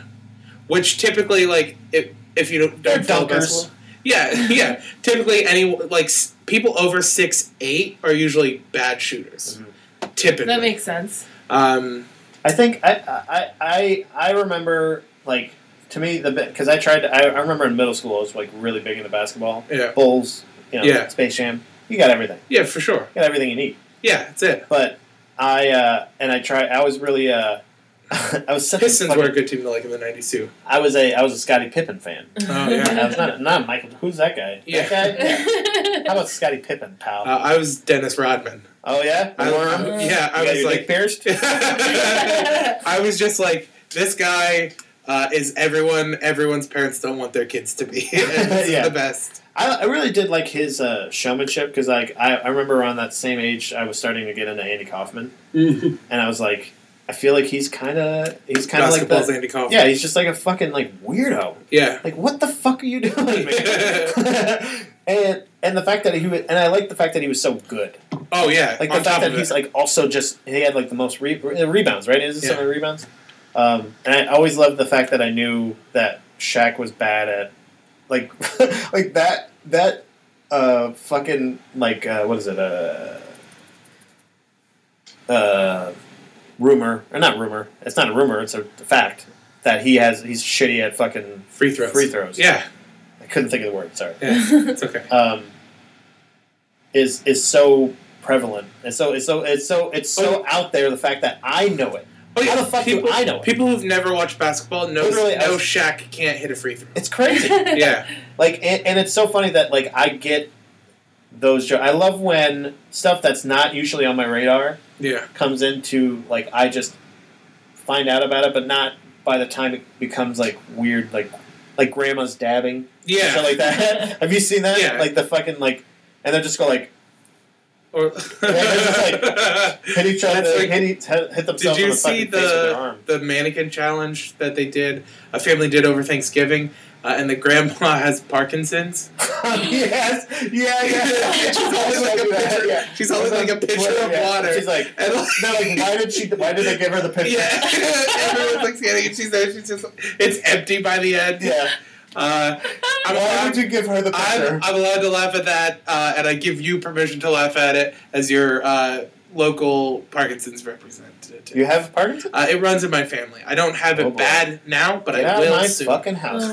which typically like if if you don't, They're don't follow dunkers. basketball- yeah, *laughs* yeah. typically, any like s- people over six eight are usually bad shooters. Mm-hmm. Typically, *laughs* that makes sense. um, I think I I I I remember like to me the because I tried to, I, I remember in middle school I was like really big into basketball yeah, Bulls you know Yeah. Space Jam you got everything yeah, for sure. you got everything you need Yeah, that's it. but I uh, and I tried I was really uh, *laughs* I was such a Pistons fucking- were a good team to like in the nineties *laughs* too. I was a I was a Scottie Pippen fan Oh, yeah. I was not not Michael who's that guy Yeah. That guy? Yeah. how about Scottie Pippen Uh, pal I was Dennis Rodman. oh yeah I, Worm? I- yeah, I You got was your like dick *laughs* pierced I was just like, this guy uh, is everyone. Everyone's parents don't want their kids *laughs* to be *laughs* This is Yeah. the best. I, I really did like his uh, showmanship because like I, I remember around that same age I was starting to get into Andy Kaufman Mm-hmm. and I was like I feel like he's kind of he's kind of like Basketball's the, Andy Kaufman. yeah he's just like a fucking like weirdo yeah, like what the fuck are *laughs* you doing *laughs* man? and and the fact that he was, and I like the fact that he was so good Oh yeah. like on the top fact that of he's it. like also just he had like the most re- re- rebounds right is it Yeah. so many rebounds um, and I always loved the fact that I knew that Shaq was bad at like *laughs* like that that uh fucking like uh what is it uh uh rumor or not rumor it's not a rumor it's a fact that he has he's shitty at fucking free throws. free throws Yeah, I couldn't think of the word sorry yeah. It's okay. um, is is so prevalent and so it's so it's so it's so out there the fact that I know it. Oh yeah. *laughs* How the fuck do people, I know it? People who've never watched basketball know Literally, I know was- Shaq can't hit a free *laughs* throw. It's crazy. yeah. like and, and it's so funny that like I get those jokes. I love when stuff that's not usually on my radar Yeah. comes into like I just find out about it, but not by the time it becomes like weird like like grandma's dabbing. and Yeah. shit like *laughs* that. Have you seen that? Yeah. Like the fucking like and they're just go like or *laughs* hit each other, That's like- hit, each, hit themselves Did you on the see fucking face with their the arm. the mannequin challenge that they did? A family did over Thanksgiving, uh, and the grandma *laughs* has *laughs* Parkinson's. *laughs* yes, yeah, *laughs* yeah. she's holding like a picture. Yeah. She's holding like a picture of Yeah. water. She's like, and no, *laughs* like, why did she? Why did they give her the picture? yeah, *laughs* everyone's like standing, and she's there. She's just it's empty by the end. *laughs* yeah. Uh, I'm, Why allowed, would you give her the picture? I'm, I'm allowed to laugh at that, uh, and I give you permission to laugh at it as your uh, local Parkinson's representative. You have Parkinson's? Uh, it runs in my family. I don't have it Oh, boy. bad now, but Get I out will of my soon. fucking house. *laughs* You're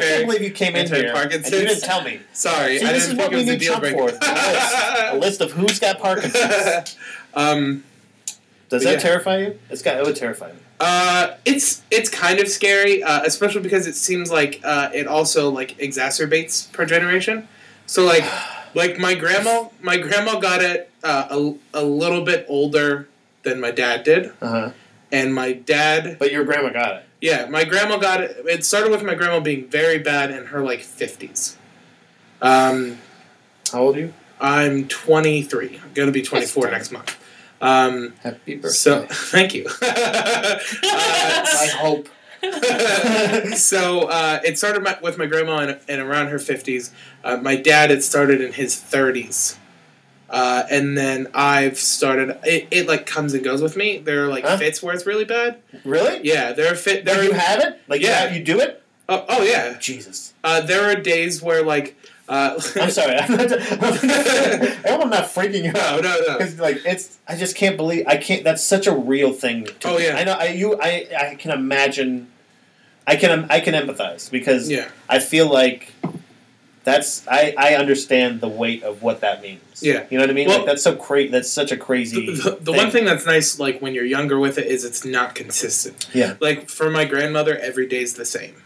very can't believe you came in anti- here and you Parkinson's. didn't tell me. *laughs* Sorry, See, I this didn't think is what it we was a need deal Trump for. *laughs* breaker. A list of who's *laughs* got Parkinson's. um, Does But that yeah. terrify you? It's got. It would terrify me. uh, it's it's kind of scary, uh, especially because it seems like uh, it also like exacerbates per generation. So *sighs* like like my grandma, my grandma got it uh, a, a little bit older than my dad did, Uh huh. and my dad But your grandma got it. Yeah, my grandma got it. It started with my grandma being very bad in her like fifties. Um, How old are you? I'm 23. I'm gonna be 24 next month. Um, Happy birthday. so *laughs* thank you. Uh, I hope. so uh, it started my, with my grandma in, in around her 50s. Uh, my dad, it started in his 30s. Uh, and then I've started. It, it like comes and goes with me. There are like Huh? fits where it's really bad. Really? Yeah, there are fit. There Like are, you have it? Like you Yeah. have- you do it? oh, oh yeah, Jesus. Uh, there are days where, like, uh, *laughs* I'm *laughs* sorry. I'm not, I hope I'm not freaking you no, out. no, no. Because like it's, I just can't believe I can't. That's such a real thing. To Oh, me. yeah. I know. I you. I I can imagine. I can I can empathize because Yeah, I feel like that's I I understand the weight of what that means. Yeah. You know what I mean? Well- like that's so crazy. That's such a crazy. the, the, the one thing that's nice, like when you're younger with it, is it's not consistent. Yeah. Like for my grandmother, every day's the same.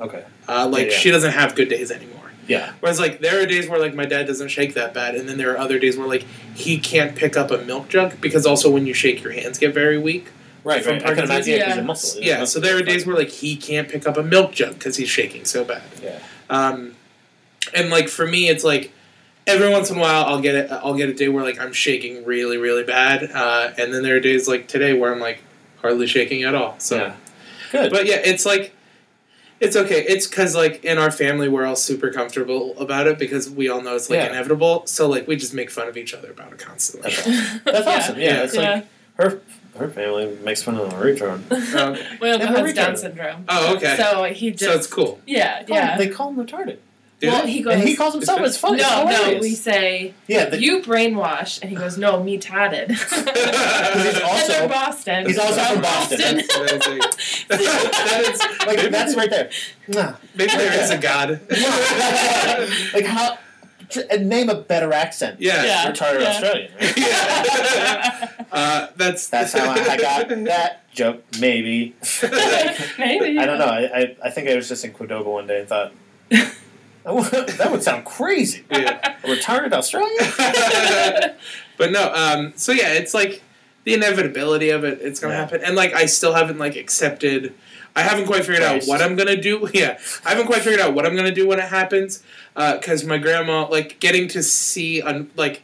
Okay. Uh, like Yeah, yeah. she doesn't have good days anymore. Yeah. Whereas like there are days where like my dad doesn't shake that bad, and then there are other days where like he can't pick up a milk jug because also when you shake your hands get very weak. Right. From right. I can Parkinson's? imagine because Yeah. of muscle. Yeah. So there are days where like he can't pick up a milk jug because he's shaking so bad. Yeah. Um, and like for me, it's like every once in a while I'll get it. I'll get a day where like I'm shaking really, really bad, uh, and then there are days like today where I'm like hardly shaking at all. So, Yeah. Good. but yeah, it's like it's okay. It's because like in our family we're all super comfortable about it because we all know it's like Yeah. inevitable. So like we just make fun of each other about it *laughs* constantly. Okay. that's awesome. Yeah. Yeah. It's like her her family makes fun of the retard. Um, My Never uncle has read Down it. syndrome. oh, okay. So, So he just. it's cool. yeah, yeah. They call him retarded. Dude. well, he goes. Oh, and he calls himself. It's funny. no, it's no. hilarious. We say yeah. The, you brainwash, and he goes, "No, me *laughs* tatted." *laughs* he's and they're also Boston. he's also From from Boston. Boston. *laughs* That's amazing. *laughs* that is, like maybe, that's right there. *laughs* Nah. maybe there is a god. like how? t- and name a better accent. yeah. *laughs* Yeah. Retarded Australian. Right? Uh, that's That's how I, I *laughs* got that joke. Maybe *laughs* Maybe. I don't know. I, I, I think I was just in Quadoga one day and *laughs* thought that would sound crazy. *laughs* Yeah. A retarded *laughs* Australian. but no, um, so yeah, it's like the inevitability of it. It's gonna Yeah. happen, and like I still haven't like accepted. I haven't quite figured Christ. out what I'm gonna do. *laughs* Yeah, I haven't quite figured out what I'm gonna do when it happens. Because my grandma, like, getting to see, un- like,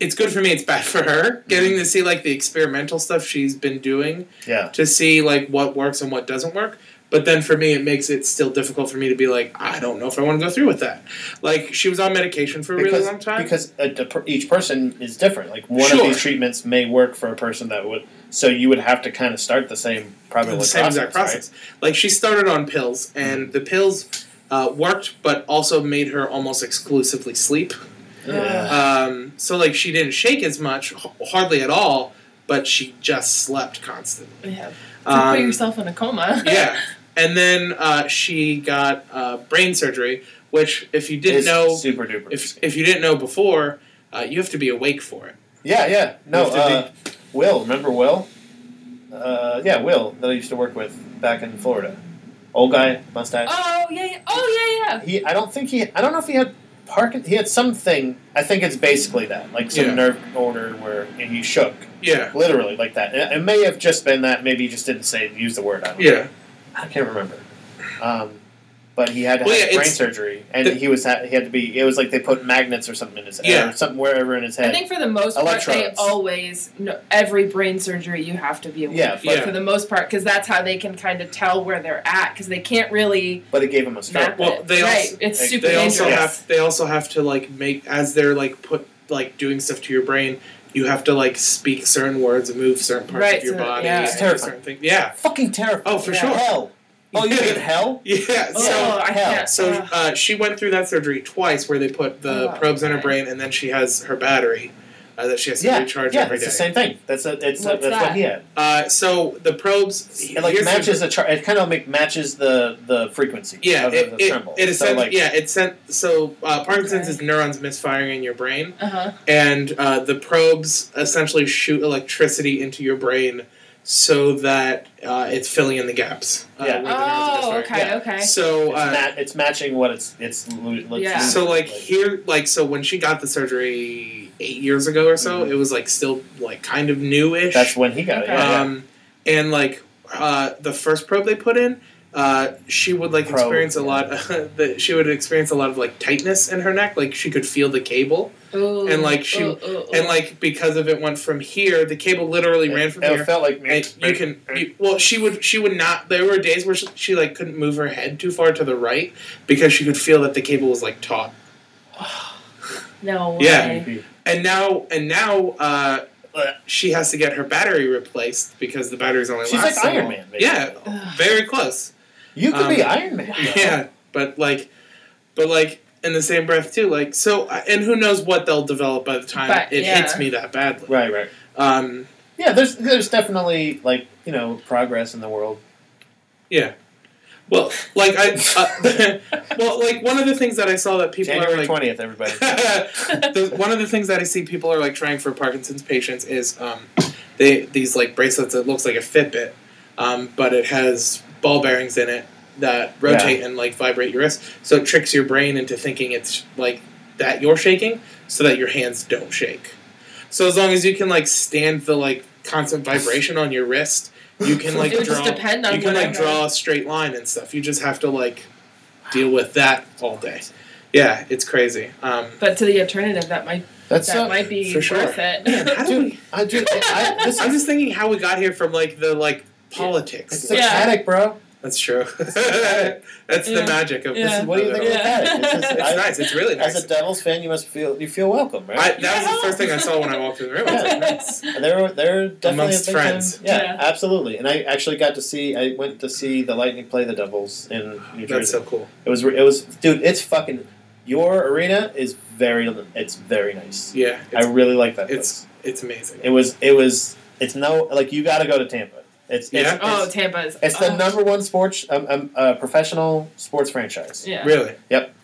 it's good for me. It's bad for her. Mm-hmm. Getting to see like the experimental stuff she's been doing Yeah. to see like what works and what doesn't work. But then for me, it makes it still difficult for me to be like, I don't know if I want to go through with that. Like she was on medication for a really long time. Because a, a per- each person is different. Like one of Sure. these treatments may work for a person that would. So you would have to kind of start the same probably the same exact process, process. Like she started on pills, and the pills uh, worked, but also made her almost exclusively sleep. right? Yeah. Um, so like she didn't shake as much, h- hardly at all, but she just slept constantly. Yeah. It's like Um, put yourself in a coma. yeah, and then uh, she got uh, brain surgery, which if you didn't It's know, super duper. if if you didn't know before, uh, you have to be awake for it. Yeah, yeah. No, Used to uh, Will. Remember Will? Uh, yeah, Will that I used to work with back in Florida. Old guy, mustache. *laughs* Oh yeah, yeah. Oh yeah, yeah. He. I don't think he. I don't know if he had Parkin. He had something. I think it's basically that, like some Yeah. nerve order where and he shook, Yeah, literally like that. It, it may have just been that. Maybe he just didn't say use the word. I don't know. yeah. I can't remember. Um, but he had to Well, have yeah, brain it's- surgery, and the- he was ha- he had to be. It was like they put magnets or something in his head, Yeah. or something wherever in his I head. think for the most part, they Electrodes. always no, every brain surgery you have to be awake Yeah, for, yeah. for the most part because that's how they can kind of tell where they're at because they can't really but it gave him a stroke. map Well, it. they right, also- it's they- super They dangerous. also have they also have to like make as they're like put like doing stuff to your brain. You have to like speak certain words, and move certain parts Right, of your so that- body. yeah. It's and terrifying. certain thing- Yeah, *laughs* Fucking terrible. Oh, for Yeah. sure. *laughs* Hell. Oh, you mean hell? Yeah. oh, So I hell. can't. so uh, uh, she went through that surgery twice, where they put the Oh, probes in her okay. brain, and then she has her battery. uh, that she has to yeah, recharge yeah, every it's day. the same thing. That's a, it's a- What's that's that? what he had. Uh, so the probes It like here's the- matches the char- it kind of make matches the the frequency. Yeah, of it, the it, tremble. it so essen- like yeah, it sent. So uh, Parkinson's Okay. is neurons misfiring in your brain, Uh huh. and uh, the probes essentially shoot electricity into your brain so that uh, it's filling in the gaps. Uh, where Yeah. the neurons are Oh, misfiring. okay, yeah. okay. So it's, uh, ma- it's matching what it's it's lo- lo- Yeah. So like like- here, like so when she got the surgery eight years ago or so, Mhm. it was like still like kind of newish. that's when he got it. Okay. Yeah, yeah. um, and like uh, the first probe they put in, uh, she would like Probe, experience a yeah. lot. *laughs* that she would experience a lot of like tightness in her neck. Like she could feel the cable, Ooh, and, like, she- ooh, ooh, ooh. and like because of it went from here, the cable literally ran from it, here. It felt like and you can you, well she would she would not there were days where she, she like couldn't move her head too far to the right because she could feel that the cable was like taut no way. yeah. and now and now uh, she has to get her battery replaced because the battery's only She's lasts like so Iron long. Man. Basically. Yeah, Ugh. very close. you could be Um, Iron Man. though. *laughs* Yeah, but like, but like in the same breath too. Like so, I- and who knows what they'll develop by the time But, it yeah. hits me that badly. Right. Right. Um, Yeah. There's there's definitely like you know progress in the world. well, like I, uh, *laughs* well, like one of the things that I saw that people are January like. twentieth, everybody. *laughs* the, one of the things that I see people are like trying for Parkinson's patients is um, they these like bracelets that looks like a Fitbit, um, but it has ball bearings in it that rotate and like vibrate your wrist, so it tricks your brain into thinking it's like that you're shaking, so that your hands don't shake. So as long as you can like stand the like constant vibration on your wrist, you can like *laughs* it would draw just depend on you can like whatever. draw a straight line and stuff. You just have to like deal with that all day. Yeah, it's crazy. Um, But to the alternative, that might That's that so, might be for sure. worth it. Man, how do we, I do. I, this I'm is just thinking how we got here from like the like it's politics. the Yeah. panic, bro. *laughs* That's true. That's the Yeah. magic of Yeah. this. What do you think Yeah. about that? It's, just- *laughs* It's I- nice. It's really nice. As a Devils fan, you must feel you feel welcome, I, right? that was the first thing I saw when I walked in the room. I was like, nice. they're they're definitely Amongst a big time- friends. Yeah, Yeah. absolutely. And I actually got to see. I went to see the Lightning play the Devils in New Jersey. That's so cool. it was it was dude. It's fucking your arena is very it's very nice. Yeah, I it's, really like that. it's place. it's amazing. it was it was it's no like you got to go to Tampa. It's, it's Yeah? it's, oh, Tampa is. it's the oh. number one sports um, um, uh, professional sports franchise. Yeah. Really. Yep.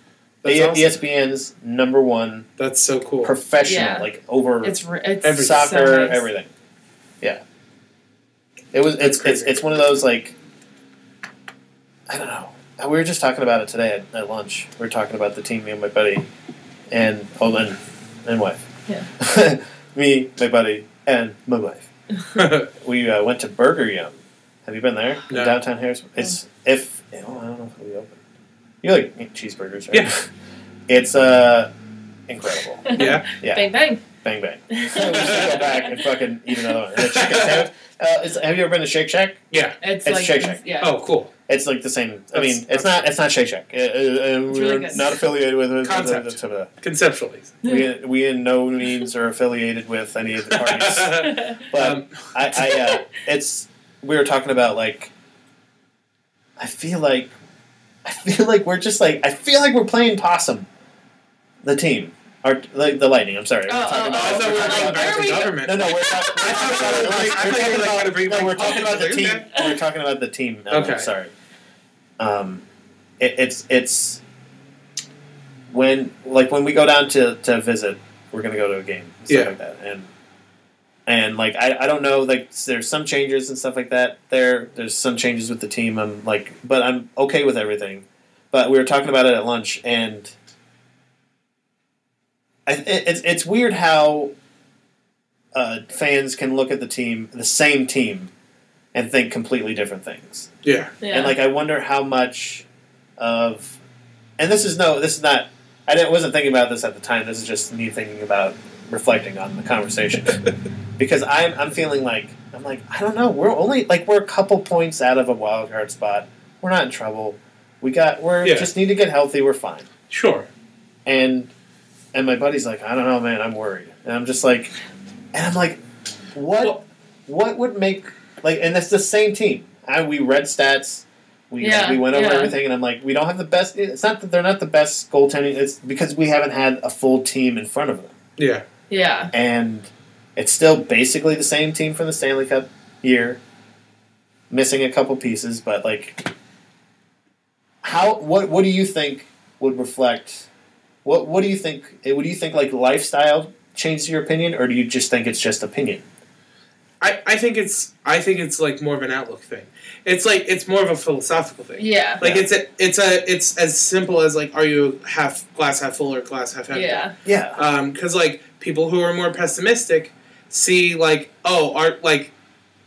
That's E- awesome. ESPN's number one That's so cool. professional, Yeah. like over It's re- it's Every- so soccer, nice. everything. Yeah. It was. It's, it's crazy. it's one of those like. I don't know. Uh, We were just talking about it today at, at lunch. We were talking about the team, me and my buddy, and oh, and and wife. *laughs* Yeah. me, my buddy, and my wife. We uh, went to Burger Yum. Have you been there No. in downtown Harrisburg? It's if oh, I don't know if it'll be open. You like eat cheeseburgers, right? Yeah. It's uh incredible. *laughs* yeah. Yeah. Bang bang. Bang bang. we should go back and fucking eat another one. And a chicken sandwich. Uh, is, have you ever been to Shake Shack? Yeah. It's, It's like Shake Shack. yeah. Oh, cool. It's like the same. I That's- mean, it's not. It's not Shake Shack. Uh, uh, uh, we're really good. not affiliated with. with Concept. with- with- Conceptually. *laughs* we we in no means are affiliated with any of the parties. But Um, I, *laughs* I uh, it's we were talking about like I feel like I feel like we're just like I feel like we're playing possum, the team, or like the lightning. I'm sorry, Oh, we're talking oh, about I thought we were like, going where back are to we- government. no, no, we're, talk- we're talking Like, I about thought we're you talking were, like, about- gonna bring, no, like, we're talking about the Paul team. Lundgren back. We're talking about the team. No, Okay. I'm sorry. Um, it, it's it's when like when we go down to, to visit, we're gonna go to a game, and stuff Yeah. like that, and and like I, I don't know like there's some changes and stuff like that. There there's some changes with the team. I'm like, but I'm okay with everything. But we were talking about it at lunch, and I, it, it's it's weird how uh, fans can look at the team, the same team, and think completely different things. yeah. yeah. And like, I wonder how much of, and this is no, this is not. I didn't, wasn't thinking about this at the time. This is just me thinking about reflecting on the conversation because I'm I'm feeling like I'm like I don't know. We're only like we're a couple points out of a wild card spot. We're not in trouble. We got we're Yeah. just need to get healthy. We're fine Sure. and and my buddy's like, I don't know, man, I'm worried, and I'm just like, and I'm like, what Well- what would make like, and that's the same team. I, we read stats, we Yeah, we went over yeah. everything, and I'm like, we don't have the best. It's not that they're not the best goaltending. It's because we haven't had a full team in front of them. Yeah. Yeah. and it's still basically the same team from the Stanley Cup year, missing a couple pieces, but like, how what what do you think would reflect? What what do you think? eh, What do you think like lifestyle changed your opinion, or do you just think it's just opinion? I, I think it's I think it's like more of an outlook thing. It's like it's more of a philosophical thing. Yeah. Like it's a, it's a it's as simple as like are you half glass half full or glass half empty? Yeah. Yeah, because like people who are more pessimistic see like oh are like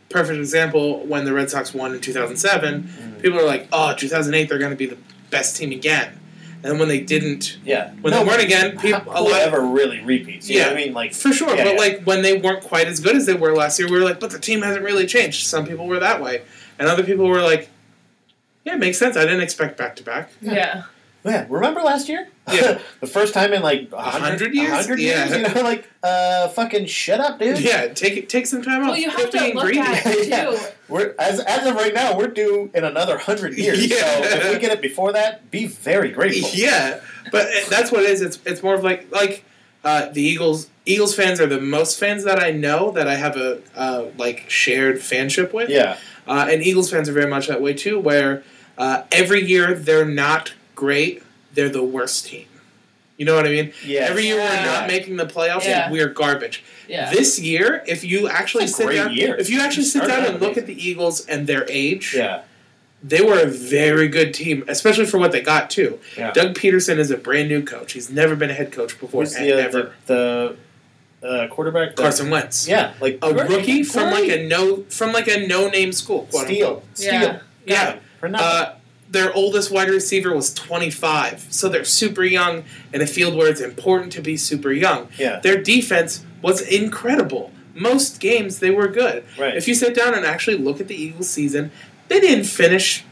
perfect example when the Red Sox won in two thousand seven, people are like oh 2008 they're going to be the best team again, and then when they didn't yeah. when they weren't again people a lot ever really repeats. You know Yeah. what I mean, like for sure, Yeah, but yeah. like when they weren't quite as good as they were last year, we were like, but the team hasn't really changed. Some people were that way, and other people were like, yeah, it makes sense. I didn't expect back to *laughs* back. Yeah. yeah. Remember last year? Yeah. *laughs* the first time in like a hundred years? hundred Yeah. years. You know, like uh, fucking shut up, dude. Yeah, take it. Take some time off. Well, you have Quit to being look greedy. at it Yeah. too. *laughs* We're as as of right now, we're due in *laughs* another hundred years. Yeah. So if we get it before that, be *laughs* very grateful. *laughs* yeah, but it- that's what it is. It's it's more of like like uh, the Eagles. Eagles fans are the most fans that I know that I have a uh, like shared fanship with. Yeah. Uh, and Eagles fans are very much that way too, where uh, every year they're not great, they're the worst team. You know what I mean? Yes. Every year we're Yeah. not making the playoffs Yeah. and we're garbage. Yeah. This year, if you actually It's a sit great down, year. if you actually sit Started down out and look amazing. at the Eagles and their age, Yeah. they were a very good team, especially for what they got too. Yeah. Doug Peterson is a brand new coach. He's never been a head coach before, Who's and the, uh, ever. the, the uh, quarterback? The- Carson Wentz, Yeah, like a great. rookie from like Great. a no from like a no name school. Quote unquote. steal. Yeah. Steal. Yeah. For nothing. Uh, their oldest wide receiver was 25, so they're super young in a field where it's important to be super young. yeah. Their defense was incredible. Most games they were good. Right. If you sit down and actually look at the Eagles' season, they didn't finish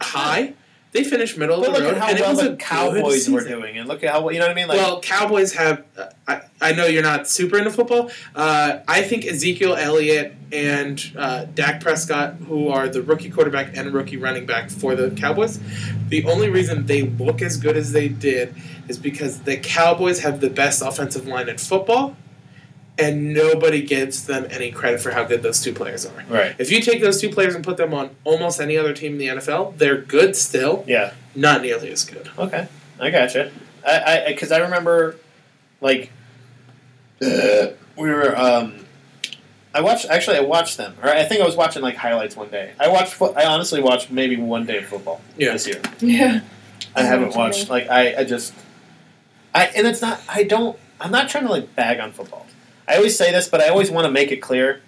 high. They finished middle But of the look road, at how and it well was a the good Cowboys were season. doing, and look at how well you know what I mean. Like, well, Cowboys have. Uh, I, I know you're not super into football. Uh, I think Ezekiel Elliott and uh, Dak Prescott, who are the rookie quarterback and rookie running back for the Cowboys, the only reason they look as good as they did is because the Cowboys have the best offensive line in football, and nobody gives them any credit for how good those two players are. right. If you take those two players and put them on almost any other team in the NFL, they're good still, Yeah. not nearly as good. Okay, I gotcha. I I because I remember, like, *clears throat* we were um, I watched actually I watched them or I think I was watching like highlights one day. I watched fo- I honestly watched maybe one day of football Yeah. this year. *laughs* Yeah. I haven't Watching watched like I I just I and it's not I don't I'm not trying to like bag on football. I always say this, but I always want to make it clear.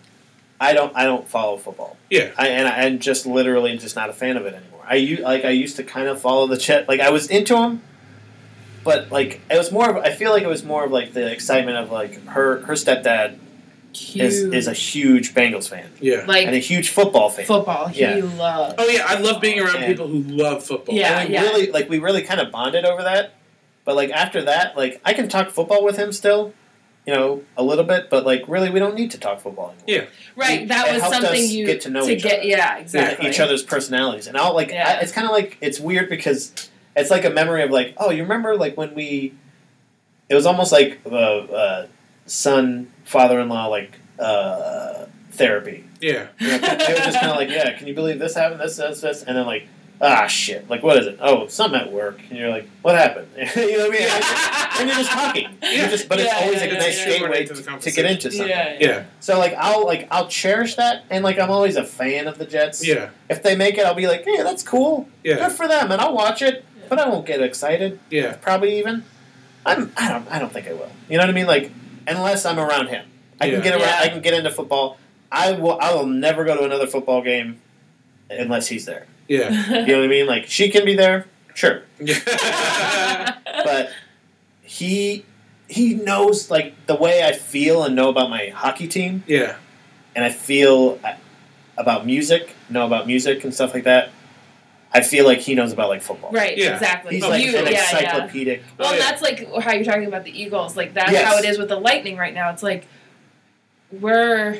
I don't I don't follow football. Yeah. I and I, am just literally just not a fan of it anymore. I u- like I used to kind of follow the chat. Like I was into him, but like it was more of I feel like it was more of like the excitement of like her her stepdad Huge. is is a huge Bengals fan Yeah. and a like huge football fan. football. Yeah. He loves. Oh yeah, I love being around And- people who love football. Yeah. and we really like we really kind of bonded over that. But like after that, like I can talk football with him still, you know, a little bit. But like really, we don't need to talk football anymore. Yeah, Right. That It was helped something us you get to know each get. other. Yeah. you know, Exactly. each *laughs* other's personalities. And I'll like, Yeah. I, it's kind of like it's weird because it's like a memory of like, oh, you remember like when we, it was almost like uh, uh, son father in law like uh, therapy. Yeah. You know, they were just kind of like, yeah, can you believe this happened? This, this, this, and then like, ah, shit, like what is it? Oh, something at work, and you're like, what happened? *laughs* you know what I mean? and you're just talking. You're just, but it's Yeah, always yeah, like a yeah, nice yeah. gateway Into the to, to conversation. get into something. Yeah. Yeah. So like I'll like I'll cherish that, and like I'm always a fan of the Jets. Yeah. If they make it, I'll be like, hey, that's cool. Yeah. Good for them, and I'll watch it, but I won't get excited. Yeah. Probably even. I'm. I don't. I don't think I will. You know what I mean? Like, unless I'm around him, I Yeah. can get around. Yeah. I can get into football. I will. I will never go to another football game unless he's there. *laughs* Yeah. You know what I mean? Like, she can be there, sure, Yeah. but he he knows like the way I feel and know about my hockey team, yeah. and I feel uh, about music, know about music and stuff like that. I feel like he knows about like football. *laughs* Right, Yeah. exactly. He's like you, an yeah, yeah. encyclopedic. Well, Oh, yeah. that's like how you're talking about the Eagles. Like that's Yes. how it is with the Lightning right now. It's like we're,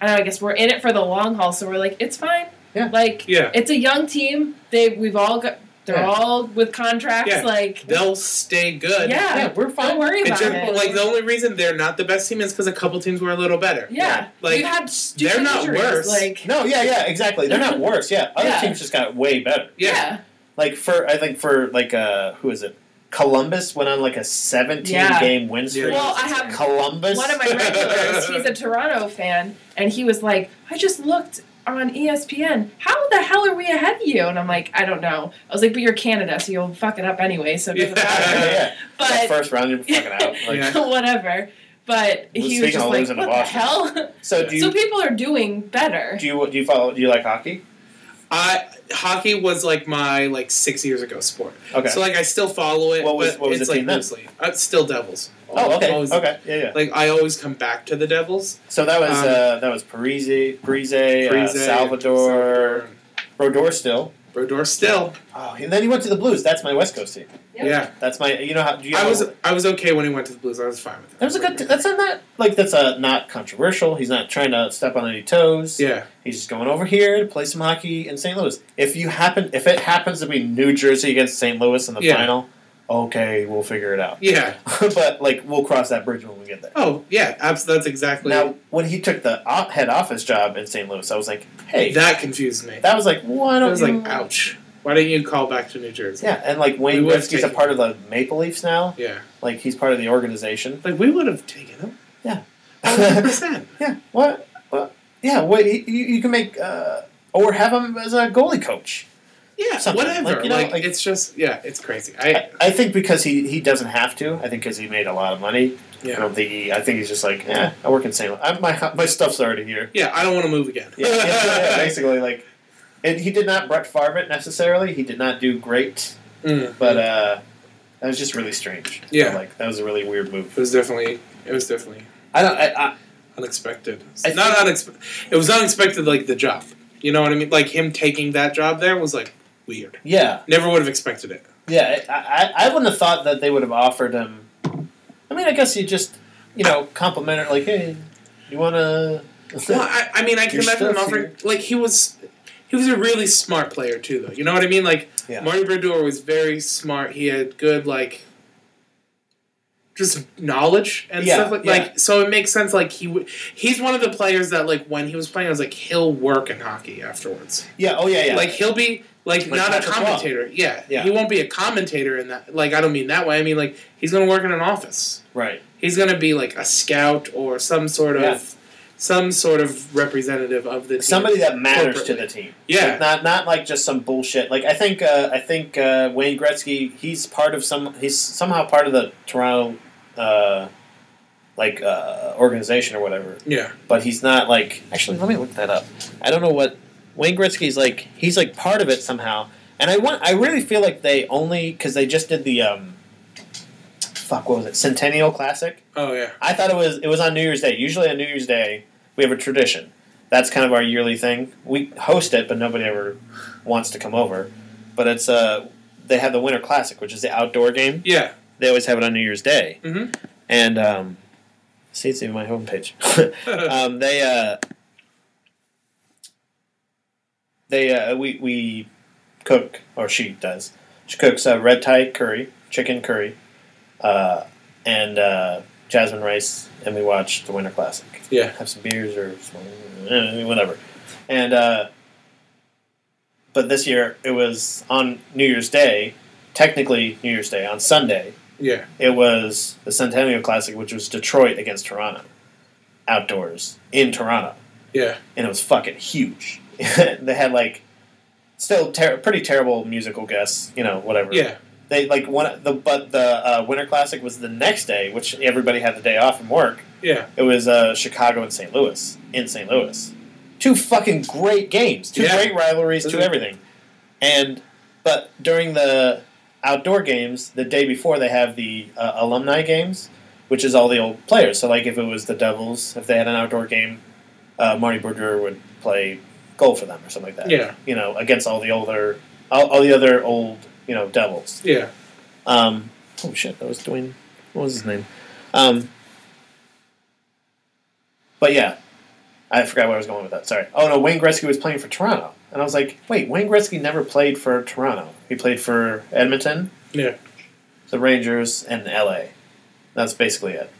I don't know. I guess we're in it for the long haul, so we're like, it's fine. Yeah. Like Yeah. it's a young team. They we've all got They're Yeah. all with contracts. Yeah. Like, They'll stay good. Yeah. we're don't worry It's about just, it. like the only reason they're not the best team is because a couple teams were a little better. yeah, Like, you had stupid they're not injuries, worse. Like, No, yeah, yeah, exactly. They're not worse. Yeah, other Yeah. teams just got way better. yeah. Like for I think for like uh who is it? Columbus went on like a 17 Yeah. game win streak. Well, I have Columbus. one of my regulars. he's a Toronto fan, and he was like, "I just looked on E ESPN. How the hell are we ahead of you?" And I'm like, "I don't know." I was like, "But you're Canada, so you'll fuck it up anyway, so it doesn't yeah, *laughs* matter." *laughs* yeah. That But first round you're fucking out. *laughs* Like, Yeah. whatever. But he Speaking was just of like, losing "What to the Boston." hell?" So do you so people are doing better. do you do you follow do you like hockey? I hockey was like my like six years ago sport. Okay. So like I still follow it, What was- but what was it's the like team then? loosely. Uh, still Devils. oh, okay. Always- okay. Yeah, yeah. Like I always come back to the Devils. So that was Um, uh, that was Parise, Parise, uh, Parise, Salvador, Rodor still. Rodor still. Oh, and then he went to the Blues. That's my West Coast team. Yep. Yeah. That's my. You know how? Do you I know- was I was okay when he went to the Blues. I was fine with it. That was a good. That's a not like that's a not controversial. He's not trying to step on any toes. Yeah. He's just going over here to play some hockey in St. Louis. If you happen, if it happens to be New Jersey against St. Louis in the Yeah. final, okay, we'll figure it out. *laughs* Yeah. but like, we'll cross that bridge when we get there. Oh yeah. Abs- that's exactly. Now, when he took the op- head office job in St. Louis, I was like, hey, that, that confused me. was like, why I don't was you? like, ouch. Why didn't you call back to New Jersey? yeah, and like We Wayne would've Gretzky's a taken- part of the Maple Leafs now. Yeah. Like he's part of the organization. Like we would have taken him. Yeah. *laughs* Hundred percent. Yeah. What? what? Yeah. What? You, you you can make uh, or have him as a goalie coach. Yeah. Something. Whatever. Like, you know, like- it's just yeah. It's crazy. I, I I think because he, he doesn't have to. I think because he made a lot of money. I yeah. don't think he. I think he's just like, yeah, I work in St. Louis. I, my my stuff's already here. Yeah. I don't want to move again. *laughs* Yeah, yeah, yeah, basically like, and he did not Brett Favre it necessarily. He did not do great, *laughs* Mm. but uh, that was just really strange. Yeah. like that was a really weird move. It was definitely. It was definitely I don't. I, I, unexpected. I Not unexpected. It was unexpected, like the job. You know what I mean? Like him taking that job there was like weird. yeah, Never would have expected it. yeah. I, I, I wouldn't have thought that they would have offered him. I mean, I guess you just, you know, compliment her like, hey, you wanna. Well, I, I mean, I can Your imagine him stuff's offering. Like he was, he was a really smart player too, though. You know what I mean? Like Yeah. Marty Brodeur was very smart. He had good like. Just knowledge and Yeah, stuff like yeah. like so it makes sense like he w- he's one of the players that like when he was playing I was like he'll work in hockey afterwards Yeah. Oh yeah. Yeah. Like he'll be like, Like not a Patrick Waugh. commentator. Yeah. Yeah. He won't be a commentator in that like I don't mean that way. I mean like he's gonna work in an office. right. He's gonna be like a scout or some sort of Yeah. some sort of representative of the team. Somebody that matters to corporately. the team. Like, Yeah. not not like just some bullshit. Like I think uh, I think uh, Wayne Gretzky, he's part of some. He's somehow part of the Toronto, uh, like uh, organization or whatever. Yeah. But he's not like. Actually, let me look that up. I don't know what Wayne Gretzky's like. He's like part of it somehow. And I want. I really feel like they only because they just did the um. Fuck, what was it? Centennial Classic. Oh yeah. I thought it was it was on New Year's Day. Usually on New Year's Day, we have a tradition. That's kind of our yearly thing. We host it, but nobody ever wants to come over. But it's uh they have the Winter Classic, which is the outdoor game. Yeah. They always have it on New Year's Day. Mhm. And um, see, it's even my homepage. *laughs* um, they uh, they uh, we we cook or she does. She cooks uh, red Thai curry, chicken curry, uh, and uh, jasmine rice, and we watch the Winter Classic. Yeah. have some beers or some- whatever, and uh, but this year it was on New Year's Day, technically New Year's Day on Sunday Yeah. it was the Centennial Classic, which was Detroit against Toronto, outdoors in Toronto, Yeah. and it was fucking huge. *laughs* they had like still ter- pretty terrible musical guests, you know, whatever. Yeah. They like one the but the uh, Winter Classic was the next day, which everybody had the day off from work. Yeah. It was uh, Chicago and St. Louis in St. Louis. Two fucking great games, two Yeah. great rivalries, two Mhm. everything. And but during the outdoor games, the day before they have the uh, alumni games, which is all the old players. So like if it was the Devils, if they had an outdoor game, uh, Marty Brodeur would play goal for them or something like that. Yeah. You know, against all the older, all, all the other old, you know, Devils. Yeah. Um, oh shit, that was Dwayne. What was his name? Um, but yeah, I forgot where I was going with that. Sorry. Oh no, Wayne Gretzky was playing for Toronto, and I was like, wait, Wayne Gretzky never played for Toronto. He played for Edmonton, Yeah. the Rangers, and L.A. That's basically it.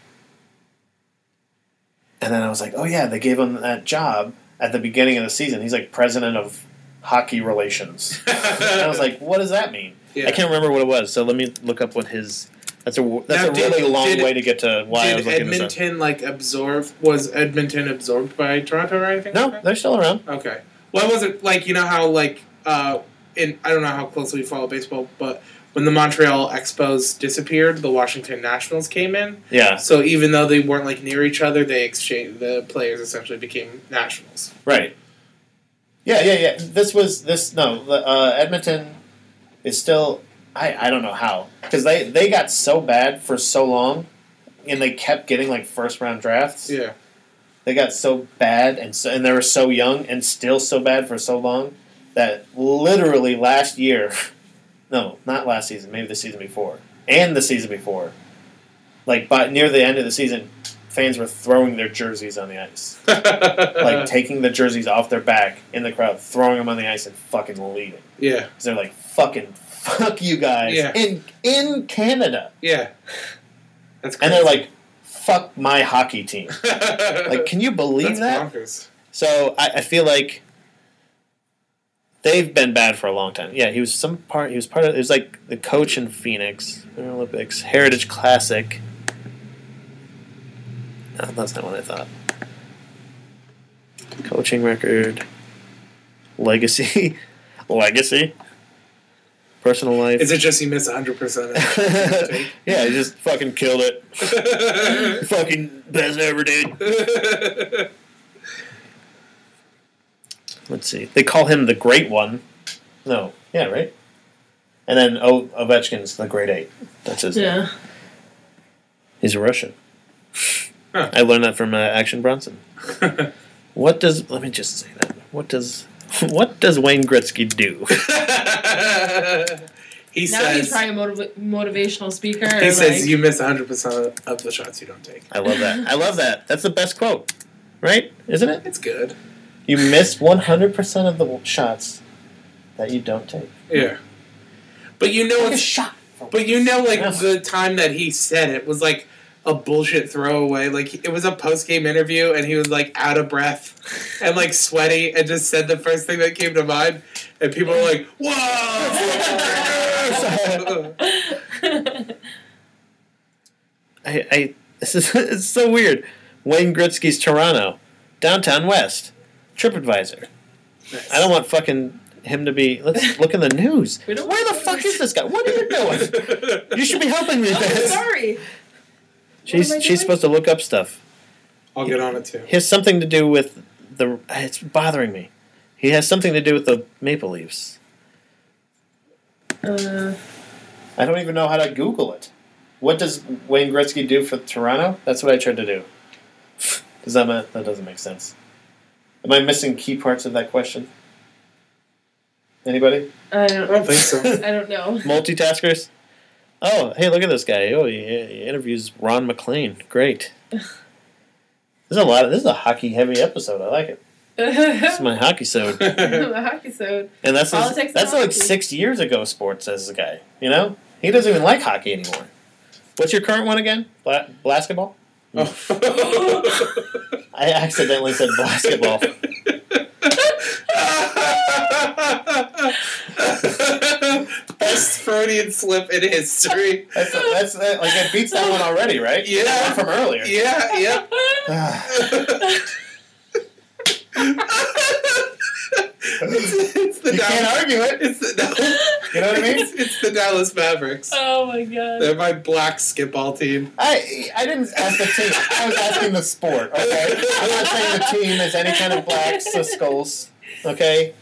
And then I was like, oh yeah, they gave him that job at the beginning of the season. He's like president of hockey relations. and I was like, what does that mean? Yeah. I can't remember what it was, so let me look up what his. That's a that's Now, a did- really long did- way to get to why I was Did looking this Edmonton like absorb? Was Edmonton absorbed by Toronto or anything? up. No, like that? they're still around. Okay. Well, I wasn't like you know how like uh, in I don't know how closely you follow baseball, but when the Montreal Expos disappeared, the Washington Nationals came in. Yeah, So even though they weren't like near each other, they exchanged the players essentially became Nationals. right. Yeah, yeah, yeah. This was this no the, uh, Edmonton is still I I don't know how because they they got so bad for so long and they kept getting like first round *laughs* drafts. Yeah. They got so bad and so, and they were so young and still so bad for so long that literally last year, *laughs* no, not last season, maybe the season before and the season before, like by near the end of the season, fans were throwing their jerseys on the *laughs* ice. like taking the jerseys off their back in the crowd, throwing them on the ice, and fucking leaving. yeah, 'Cause they're like, fucking fuck you guys Yeah. in in Canada, yeah. That's and crazy. they're like, fuck my hockey team. *laughs* Like, like can you believe that's that? bonkers. So I, I feel like they've been bad for a long time. Yeah, he was some part. He was part of. It was like the coach in Phoenix Winter Olympics Heritage Classic. No, that's not what I thought. Coaching record, legacy, *laughs* legacy, personal life. Is it just he missed 100%? *laughs* yeah, he just fucking killed it. fucking best ever, dude. let's see. They call him the Great One. No, yeah, right. And then o- Ovechkin's the Great Eight. That's his. name. Yeah. He's a Russian. Huh. I learned that from uh, Action Bronson. *laughs* What does? Let me just say that. What does? *laughs* What does Wayne Gretzky do? *laughs* *laughs* he now says, he's probably a motiv- motivational speaker. he like, says you miss 100% of the shots you don't take. I love that. I love that. That's the best quote, right? Isn't it? It's good. You miss one hundred percent of the w- shots that you don't take. Yeah. But you know Take a it's shot. But you know, like Yeah. the time that he said it was like a bullshit throwaway. Like it was a post game interview, and he was like out of breath and like sweaty, and just said the first thing that came to mind. And people were like, "Whoa!" I, I this is *laughs* it's so weird. Wayne Gretzky's Toronto, downtown West, TripAdvisor. I don't want fucking him to be. *laughs* Let's look in the news. We don't- Where the fuck is this guy? What are you doing? *laughs* You should be helping me with I'm this. *laughs* sorry. She's What am I doing? she's supposed to look up stuff. I'll get on it too. He has something to do with the. It's bothering me. He has something to do with the Maple Leafs. Uh, I don't even know how to Google it. What does Wayne Gretzky do for Toronto? That's what I tried to do. *laughs* Does that ma- that doesn't make sense? Am I missing key parts of that question? Anybody? I I don't don't. think *laughs* so. *laughs* I don't know. Multitaskers. Oh, hey, look at this guy. Oh, he, he interviews Ron McLean. Great. There's a lot. Of, this is a hockey heavy episode. I like it. This is my hockey sode. *laughs* the hockey sode. And that's Politics and that's like hockey. six years ago. Sports as a guy, you know, he doesn't even like hockey anymore. What's your current one again? Bla- basketball. I accidentally said *laughs* basketball. Best Freudian slip in history. That's, that's uh, like it beats that one already, right? Yeah. That one from earlier. Yeah, yeah. *sighs* it's, it's the you can't Dallas. argue it. It's the, *laughs* no, You know what I *laughs* mean? it's, it's the Dallas Mavericks. *laughs* oh my god. They're my black skip-ball team. I I didn't ask the team. I was asking the sport. Okay, I'm not saying the team is any kind of blacks or skulls. Okay,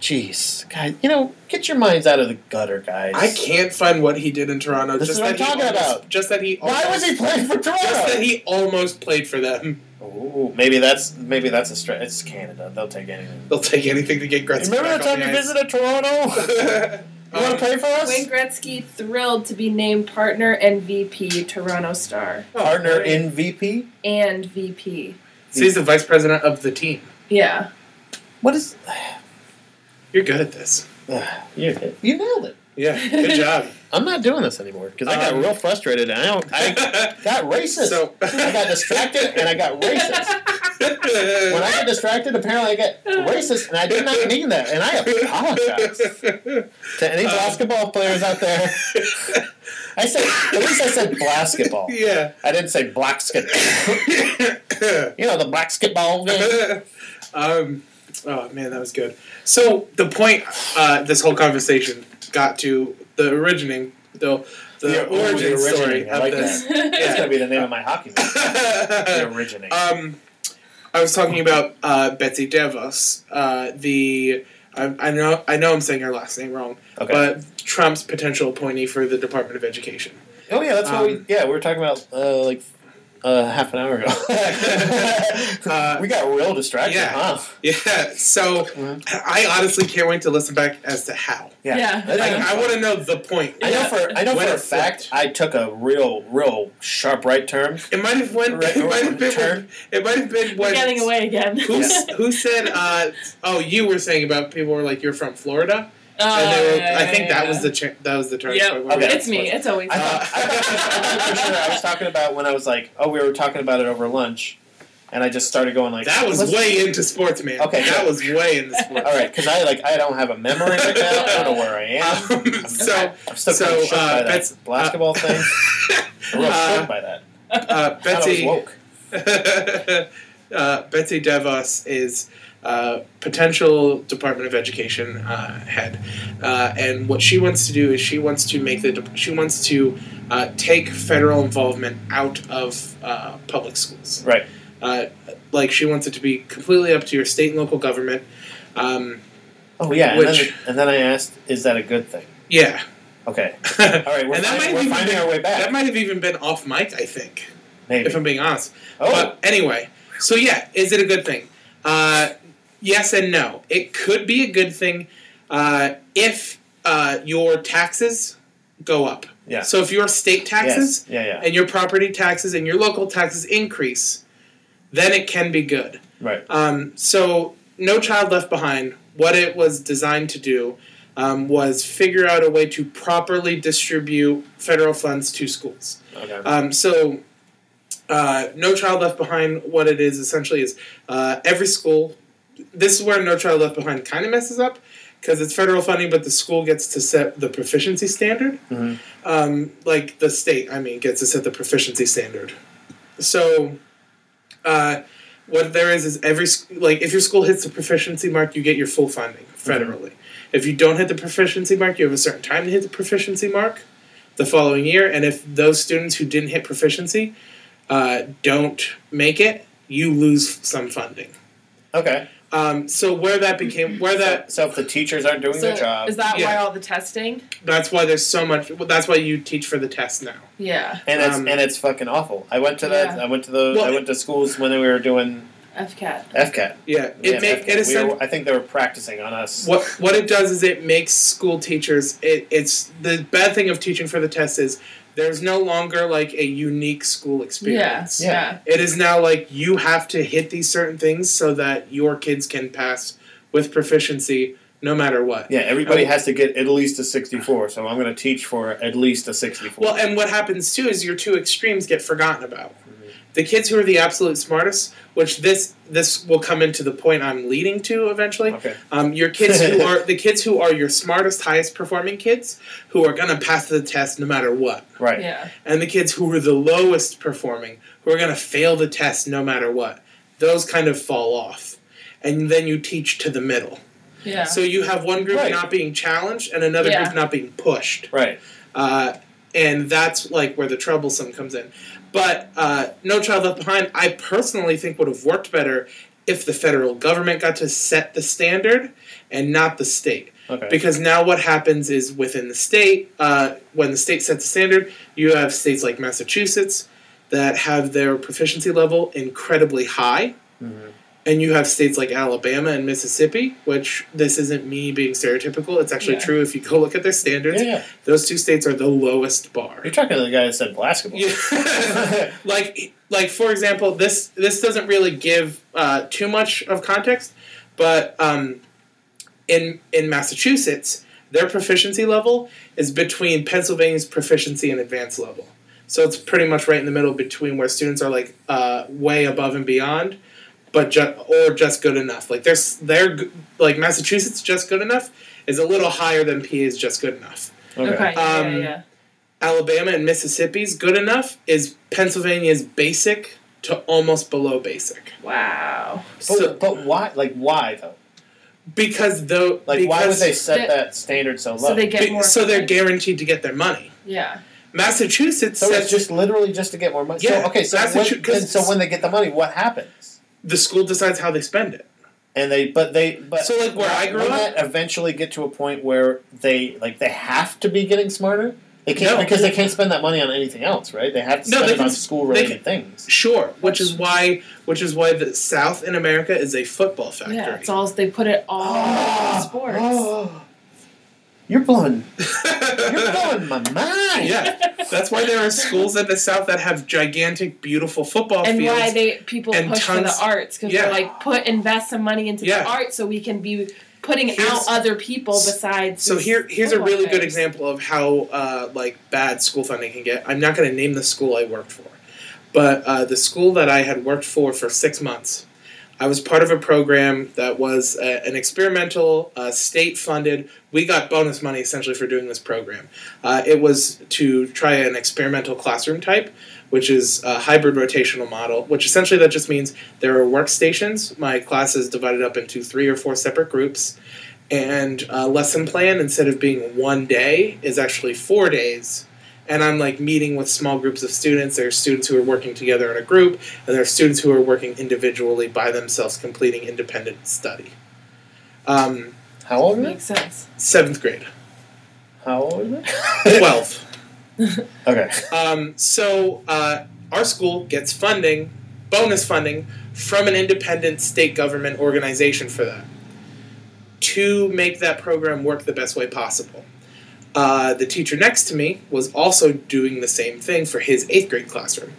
jeez, guys, you know, get your minds out of the gutter, guys. I can't find what he did in Toronto. This just is what that I'm he talking almost- about. Just that he. Why almost- was he playing for Just that Toronto? he almost played for them. Ooh, maybe that's maybe that's a stretch. It's Canada. They'll take anything. They'll take anything to get Gretzky. Remember that back on time the Um, you ice. visited *laughs* Toronto? *laughs* You want to play for us? Wayne Gretzky thrilled to be named partner and VP Toronto Star Partner in VP. and VP. So he's the vice president of the team. Yeah. What is? You're good at this. You, you nailed it. Yeah, *laughs* good job. I'm not doing this anymore because I got Um, real frustrated and I don't. *laughs* I got racist. So- I got *laughs* distracted and I got racist. When I got distracted, apparently I got racist, and I did not mean that. And I apologize to any Um, basketball players out there. *laughs* I said at least I said basketball. yeah. *laughs* I didn't say *coughs* black skit. You know the black skitball game. um, oh man, that was good. So the point uh, this whole conversation got to the originating, though *laughs* the, oh, The origin origin- story originating, I of like this. *laughs* That's Yeah. gonna be the name *laughs* of my hockey name. The originating. um, I was talking about uh, Betsy DeVos, uh, the. I, I know I know I'm saying her last name wrong, Okay. but Trump's potential appointee for the Department of Education. oh yeah, that's what we. um, Yeah, we were talking about uh, like uh, half an hour ago. *laughs* Uh, *laughs* we got real distracted, yeah. huh? Yeah, so Mhm. I honestly can't wait to listen back as to how. Yeah. I, Like, know- I want to know the point. I know for I know When for a it fact flipped. I took a real real sharp right turn. It might have went. Right, it might or have been. turn. when- It might have been We're when. getting away again. Who, *laughs* s- who said? Uh, oh, you were saying about people were like you're from Florida, Uh, Oh, and they were, I think that was the cha- that was the turn. Yep. point where Okay. we- It's me. It's Uh, always I me. thought, I thought for sure I was talking about when I was like, oh, we were talking about it over lunch, and I just started going like, That was let's- way into sports, man. Okay. that was way into sports. all right because I like I don't have a memory right now. I don't know where I am. *laughs* Um, so I'm still so, kind of shook uh, by that that's- basketball *laughs* thing. I'm real Uh, shook by that. uh, Betsy I was woke. *laughs* uh, Betsy DeVos is uh, potential Department of Education uh, head, uh, and what she wants to do is she wants to make the de- she wants to uh, take federal involvement out of uh, public schools. Right. Uh, like she wants it to be completely up to your state and local government. Um, Oh yeah, and, Which- then, and then I asked, is that a good thing? yeah, *laughs* Okay. and All right, we're, that might finding, we're have even finding been, our way back. that might have even been off mic. I think, Maybe. if I'm being honest. oh, But anyway, so yeah, is it a good thing? Uh, yes and no. It could be a good thing uh, if uh, your taxes go up. Yeah. So if your state taxes yes. Yeah, yeah. and your property taxes and your local taxes increase, then it can be good. Right. Um, so, No Child Left Behind, what it was designed to do um, was figure out a way to properly distribute federal funds to schools. Okay. Um, so, uh, No Child Left Behind, what it is essentially is uh, every school. This is where No Child Left Behind kind of messes up because it's federal funding, but the school gets to set the proficiency standard. Mhm. Um, like the state, I mean, gets to set the proficiency standard. So, uh, what there is is every sc- like if your school hits the proficiency mark, you get your full funding federally. If you don't hit the proficiency mark, you have a certain time to hit the proficiency mark the following year. And if those students who didn't hit proficiency uh, don't make it, you lose some funding. okay. Um, so where that became where that So if the teachers aren't doing so their job, is that why Yeah. all the testing? that's why there's so much that's why you teach for the test now. Yeah. and it's um, and it's fucking awful. I went to that. Yeah. I went to those. I Well- went to schools when we were doing FCAT. FCAT. Yeah, We it had make FCAT. it we essen- were, I think they were practicing on us. what what it does is it makes school teachers it, it's the bad thing of teaching for the test is there's no longer like a unique school Yeah. experience. Yeah. Yeah. It is now like you have to hit these certain things so that your kids can pass with proficiency no matter what. Yeah, everybody Oh. has to get at least a sixty-four. So I'm going to teach for at least a sixty-four. Well, and what happens too is your two extremes get forgotten about. The kids who are the absolute smartest, which this this will come into the point I'm leading to eventually. okay. Um, your kids *laughs* who are the kids who are your smartest, highest performing kids, who are gonna pass the test no matter what, Right. Yeah. and the kids who are the lowest performing, who are gonna fail the test no matter what, those kind of fall off, and then you teach to the middle. Yeah. So you have one group Right. not being challenged and another Yeah. group not being pushed Right. uh, and that's like where the troublesome comes in. But uh, No Child Left Behind, I personally think would have worked better if the federal government got to set the standard and not the state. Okay. Because now what happens is within the state, uh, when the state sets a standard, you have states like Massachusetts that have their proficiency level incredibly high. Mhm. and you have states like Alabama and Mississippi, which this isn't me being stereotypical. It's actually Yeah. true if you go look at their standards. Yeah, yeah. Those two states are the lowest bar. You're talking to the guy that said basketball. *laughs* Yeah. *laughs* like like for example, this this doesn't really give uh, too much of context, but um, in in Massachusetts, their proficiency level is between Pennsylvania's proficiency and advanced level. So it's pretty much right in the middle between where students are like uh, way above and beyond, but ju- or just good enough. Like there's they're g- like Massachusetts just good enough is a little higher than PA's just good enough. Okay. yeah, Um, yeah, yeah. Alabama and Mississippi's good enough is Pennsylvania's basic to almost below basic. Wow. But, So but why? Like why though? because though Like why would because- they set They- that standard so low? So they get be- more. so they're funding? guaranteed to get their money. Yeah. Massachusetts So says it's just literally just to get more money. Yeah, so, okay, so that's when, the tr- 'cause- then- so when they get the money, what happens? the school decides how they spend it. And they, but they, but So, like, where I grew will up- that eventually get to a point where they, like, they have to be getting smarter. They can't No. because they can't spend that money on anything else, right? They have to No, spend they it can on s- school related they things. *gasps* Sure, which is why which is why the South in America is a football factory. Yeah. *laughs* It's all they put it *gasps* all in sports. *gasps* Oh, You're blowing, you're blowing my mind. yeah, that's why there are schools in the South that have gigantic, beautiful football and fields. why they people and push for the tons- arts because yeah. they're like put invest some money into Yeah. the art so we can be putting Here's- out other people besides. So these here, here's a football really good players. example of how uh, like bad school funding can get. I'm not going to name the school I worked for, but uh, the school that I had worked for for six months, I was part of a program that was uh, an experimental, uh, state-funded. We got bonus money essentially for doing this program. Uh, it was to try an experimental classroom type, which is a hybrid rotational model. Which essentially that just means there are workstations. My class is divided up into three or four separate groups and uh, lesson plan instead of being one day is actually four days and i'm like meeting with small groups of students there are students who are working together in a group and there are students who are working individually by themselves completing independent study um, How old are they? Makes sense. seventh grade How old are *laughs* they? 12 Okay. Um, so uh, our school gets funding, bonus funding, from an independent state government organization for that to make that program work the best way possible. Uh, the teacher next to me was also doing the same thing for his eighth grade classroom.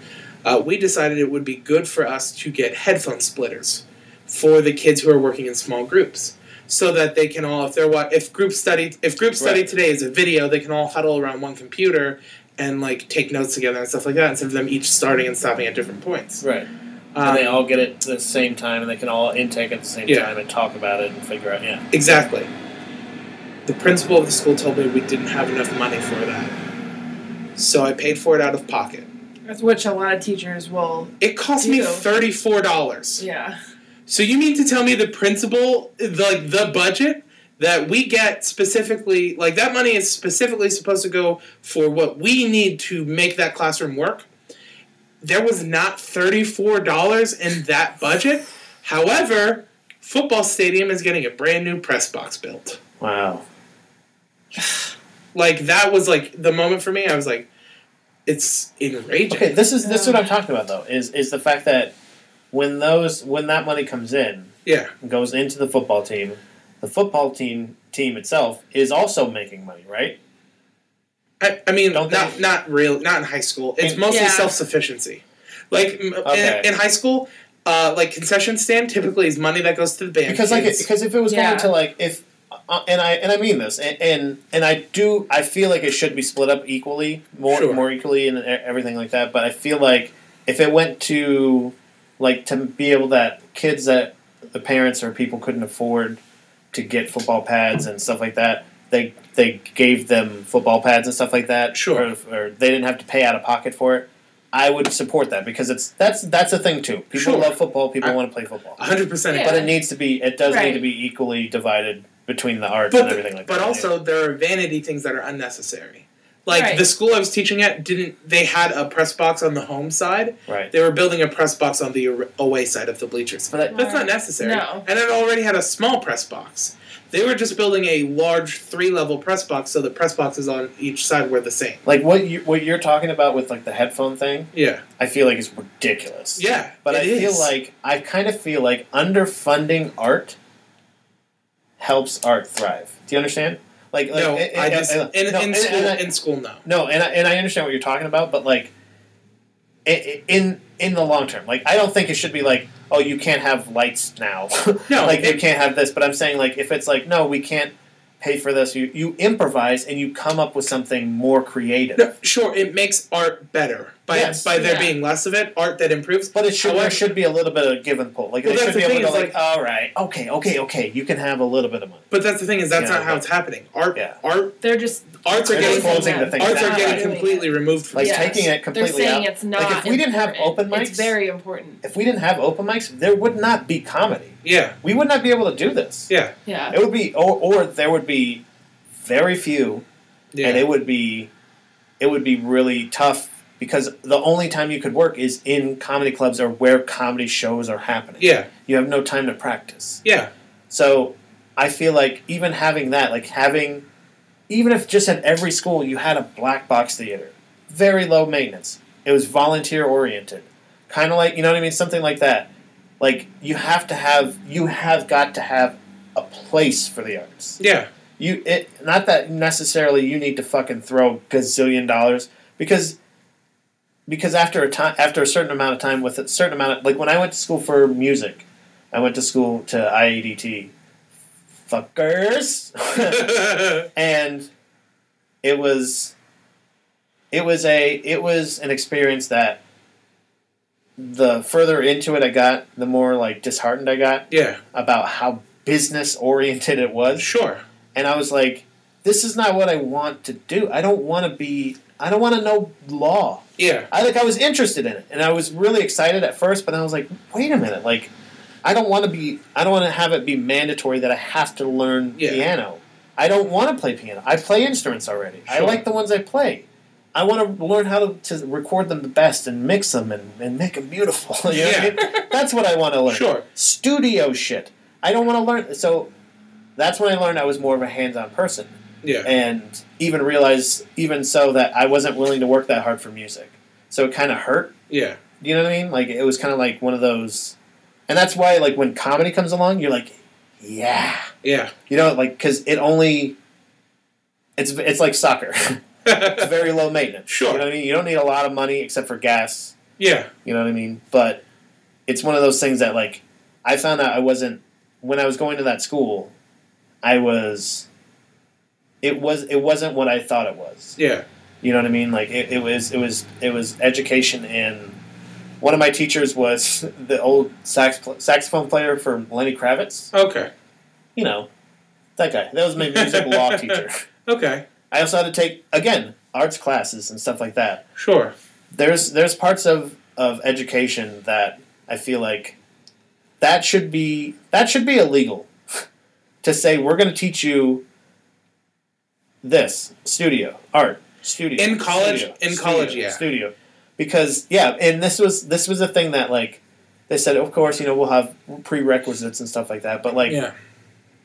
Uh, we decided it would be good for us to get headphone splitters for the kids who are working in small groups, so that they can all, if they're wa- if group study, if group study Right. today is a video, they can all huddle around one computer and like take notes together and stuff like that instead of them each starting and stopping at different points. Right. Um, and they all get it at the same time, and they can all intake at the same Yeah. time and talk about it and figure out. Yeah. exactly. The principal of the school told me we didn't have enough money for that, so I paid for it out of pocket. That's which a lot of teachers will. It cost me Ew. thirty four dollars. Yeah. So you mean to tell me the principal, the- like the budget that we get specifically, like that money is specifically supposed to go for what we need to make that classroom work? There was not thirty four dollars in that budget. However, football stadium is getting a brand new press box built. Wow. Like that was like the moment for me. I was like, it's enraging. Okay, this is this is what I'm talking about though. Is is the fact that when those when that money comes in Yeah, goes into the football team, the football team team itself is also making money, right? I, I mean, Don't not they- not real, not in high school. It's In- mostly Yeah. self sufficiency. Like m Okay. in, in high school, uh, like concession stand typically is money that goes to the band. Because like it, kids. because if it was Yeah. going to like if uh, and I and I mean this and, and and I do I feel like it should be split up equally more Sure. more equally and e- everything like that. But I feel like if it went to like to be able that kids that the parents or people couldn't afford to get football pads and stuff like that. They they gave them football pads and stuff like that. Sure. Or, or they didn't have to pay out of pocket for it. I would support that because it's that's that's a thing too. People Sure. love football. People I- want to play football, hundred percent. Yeah. but it needs to be. It does need Right. to be equally divided between the arts But and everything like but that. also there are vanity things that are unnecessary. Like Right. the school I was teaching at didn't. They had a press box on the home side. Right. They were building a press box on the ar- away side of the bleachers. But that- That's not necessary. No. And it already had a small press box. They were just building a large three-level press box, so the press boxes on each side were the same. Like what you what you're talking about with like the headphone thing, Yeah. I feel like is ridiculous. Yeah. But it I feel is. like I kind of feel like underfunding art helps art thrive. Do you understand? Like, like no, and- and- I just and- in, no, in and- school and I- in school no. no, and I, and I understand what you're talking about, but like, i- i- in in the long term, like I don't think it should be like, oh, you can't have lights now, *laughs* No, *laughs* like it- you can't have this. But I'm saying like, if it's like, no, we can't pay for this, you you improvise and you come up with something more creative. No, sure, it makes art better by Yes. by there Yeah. being less of it. Art that improves, But it should there However- should be a little bit of give and pull. Like Well, they that's should be the able to thing, go is, like, all right, okay, okay, okay, you can have a little bit of money. But that's the thing is that's Yeah, not how but- it's happening. Art Yeah. art They're just arts are They're getting just closing the thing arts are down. getting Right. completely removed from Like Yes. taking it They're completely saying out. it's not. if we didn't have important. open mics- it's very important. If we didn't have open mics, there would not be comedy. Yeah, We would not be able to do this. yeah, Yeah, It would be, or, or there would be very few, yeah. and it would be, it would be really tough because the only time you could work is in comedy clubs or where comedy shows are happening. yeah, You have no time to practice. yeah. So I feel like even having that, like having, even if just at every school you had a black box theater, very low maintenance. It was volunteer oriented, kind of like you know what I mean, something like that. Like you have to have, you have got to have a place for the arts. Yeah. *laughs* You it not that necessarily you need to fucking throw gazillion dollars because because after a time after a certain amount of time with a certain amount of like when I went to school for music, I went to school to IEDT fuckers and it was it was a it was an experience that the further into it I got, the more like disheartened I got yeah. about how business oriented it was Sure. and I was like, this is not what I want to do. I don't want to be. I don't want to know law. Yeah. I like. I was interested in it, and I was really excited at first, but I was like, wait a minute, like, I don't want to be. I don't want to have it be mandatory that I have to learn Yeah. piano. I don't want to play piano. I play instruments already. I Sure. like the ones I play. I want to learn how to, to record them the best and mix them and, and make them beautiful. *laughs* You know what I Yeah. mean? That's what I want to learn Sure. studio shit. I don't want to learn. So that's when I learned I was more of a hands-on person, Yeah. and even realized, even so, that I wasn't willing to work that hard for music. So it kind of hurt. Yeah. You know what I mean? Like it was kind of like one of those, and that's why like when comedy comes along, you're like, yeah, Yeah. you know, like because it only, it's it's like soccer. *laughs* it's very low maintenance. Sure. You know what I mean? You don't need a lot of money except for gas. yeah. You know what I mean? But it's one of those things that like I found out I wasn't when I was going to that school, I was it was it wasn't what I thought it was. Yeah. You know what I mean? Like it, it was it was it was education and one of my teachers was *laughs* the old sax pl- saxophone player for Lenny Kravitz. Okay. You know, that guy. That was my music law teacher. Okay. I also had to take again arts classes and stuff like that Sure. there's there's parts of of education that I feel like that should be that should be illegal *laughs* to say we're going to teach you this studio art studio In college- studio, in studio, college, yeah. studio because yeah and this was this was a thing that like they said of course you know we'll have prerequisites and stuff like that but like Yeah.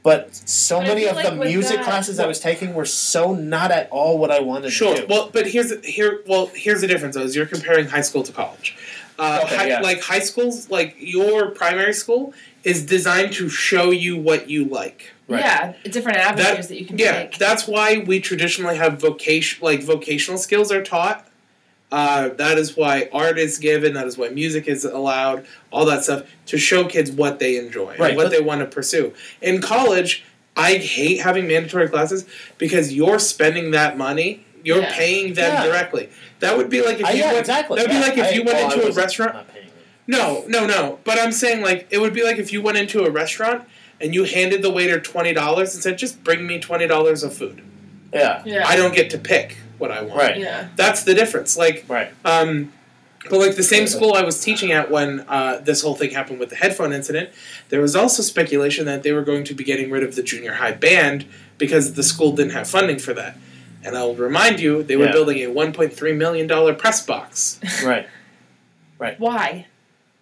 but so But I many feel of like the with music that- classes I was taking were so not at all what I wanted to Sure. do Well, but here's here. Well, here's the difference. Though, is you're comparing high school to college. Uh, Okay, hi- yeah. Like high schools, like your primary school is designed to show you what you like. Right. yeah, different avenues that, you can yeah, take. that's why we traditionally have vocation, like vocational skills are taught. Uh, that is why art is given. That is why music is allowed. All that stuff to show kids what they enjoy, Right, and what but- they want to pursue. In college, I hate having mandatory classes because you're spending that money. You're Yeah. paying them Yeah. directly. That would be like if I- you yeah, went, exactly. That would yeah. be like if I- you went well, I into a wasn't- restaurant. not paying it. No, no, no. But I'm saying like it would be like if you went into a restaurant and you handed the waiter twenty dollars and said, "Just bring me twenty dollars of food." Yeah. yeah, I don't get to pick what I want. Right. yeah, That's the difference. Like, *laughs* Right. um, but like the same school I was teaching at when uh, this whole thing happened with the headphone incident, there was also speculation that they were going to be getting rid of the junior high band because the school didn't have funding for that. And I'll remind you, they were Yeah. building a 1.3 million dollar press box, right. Why?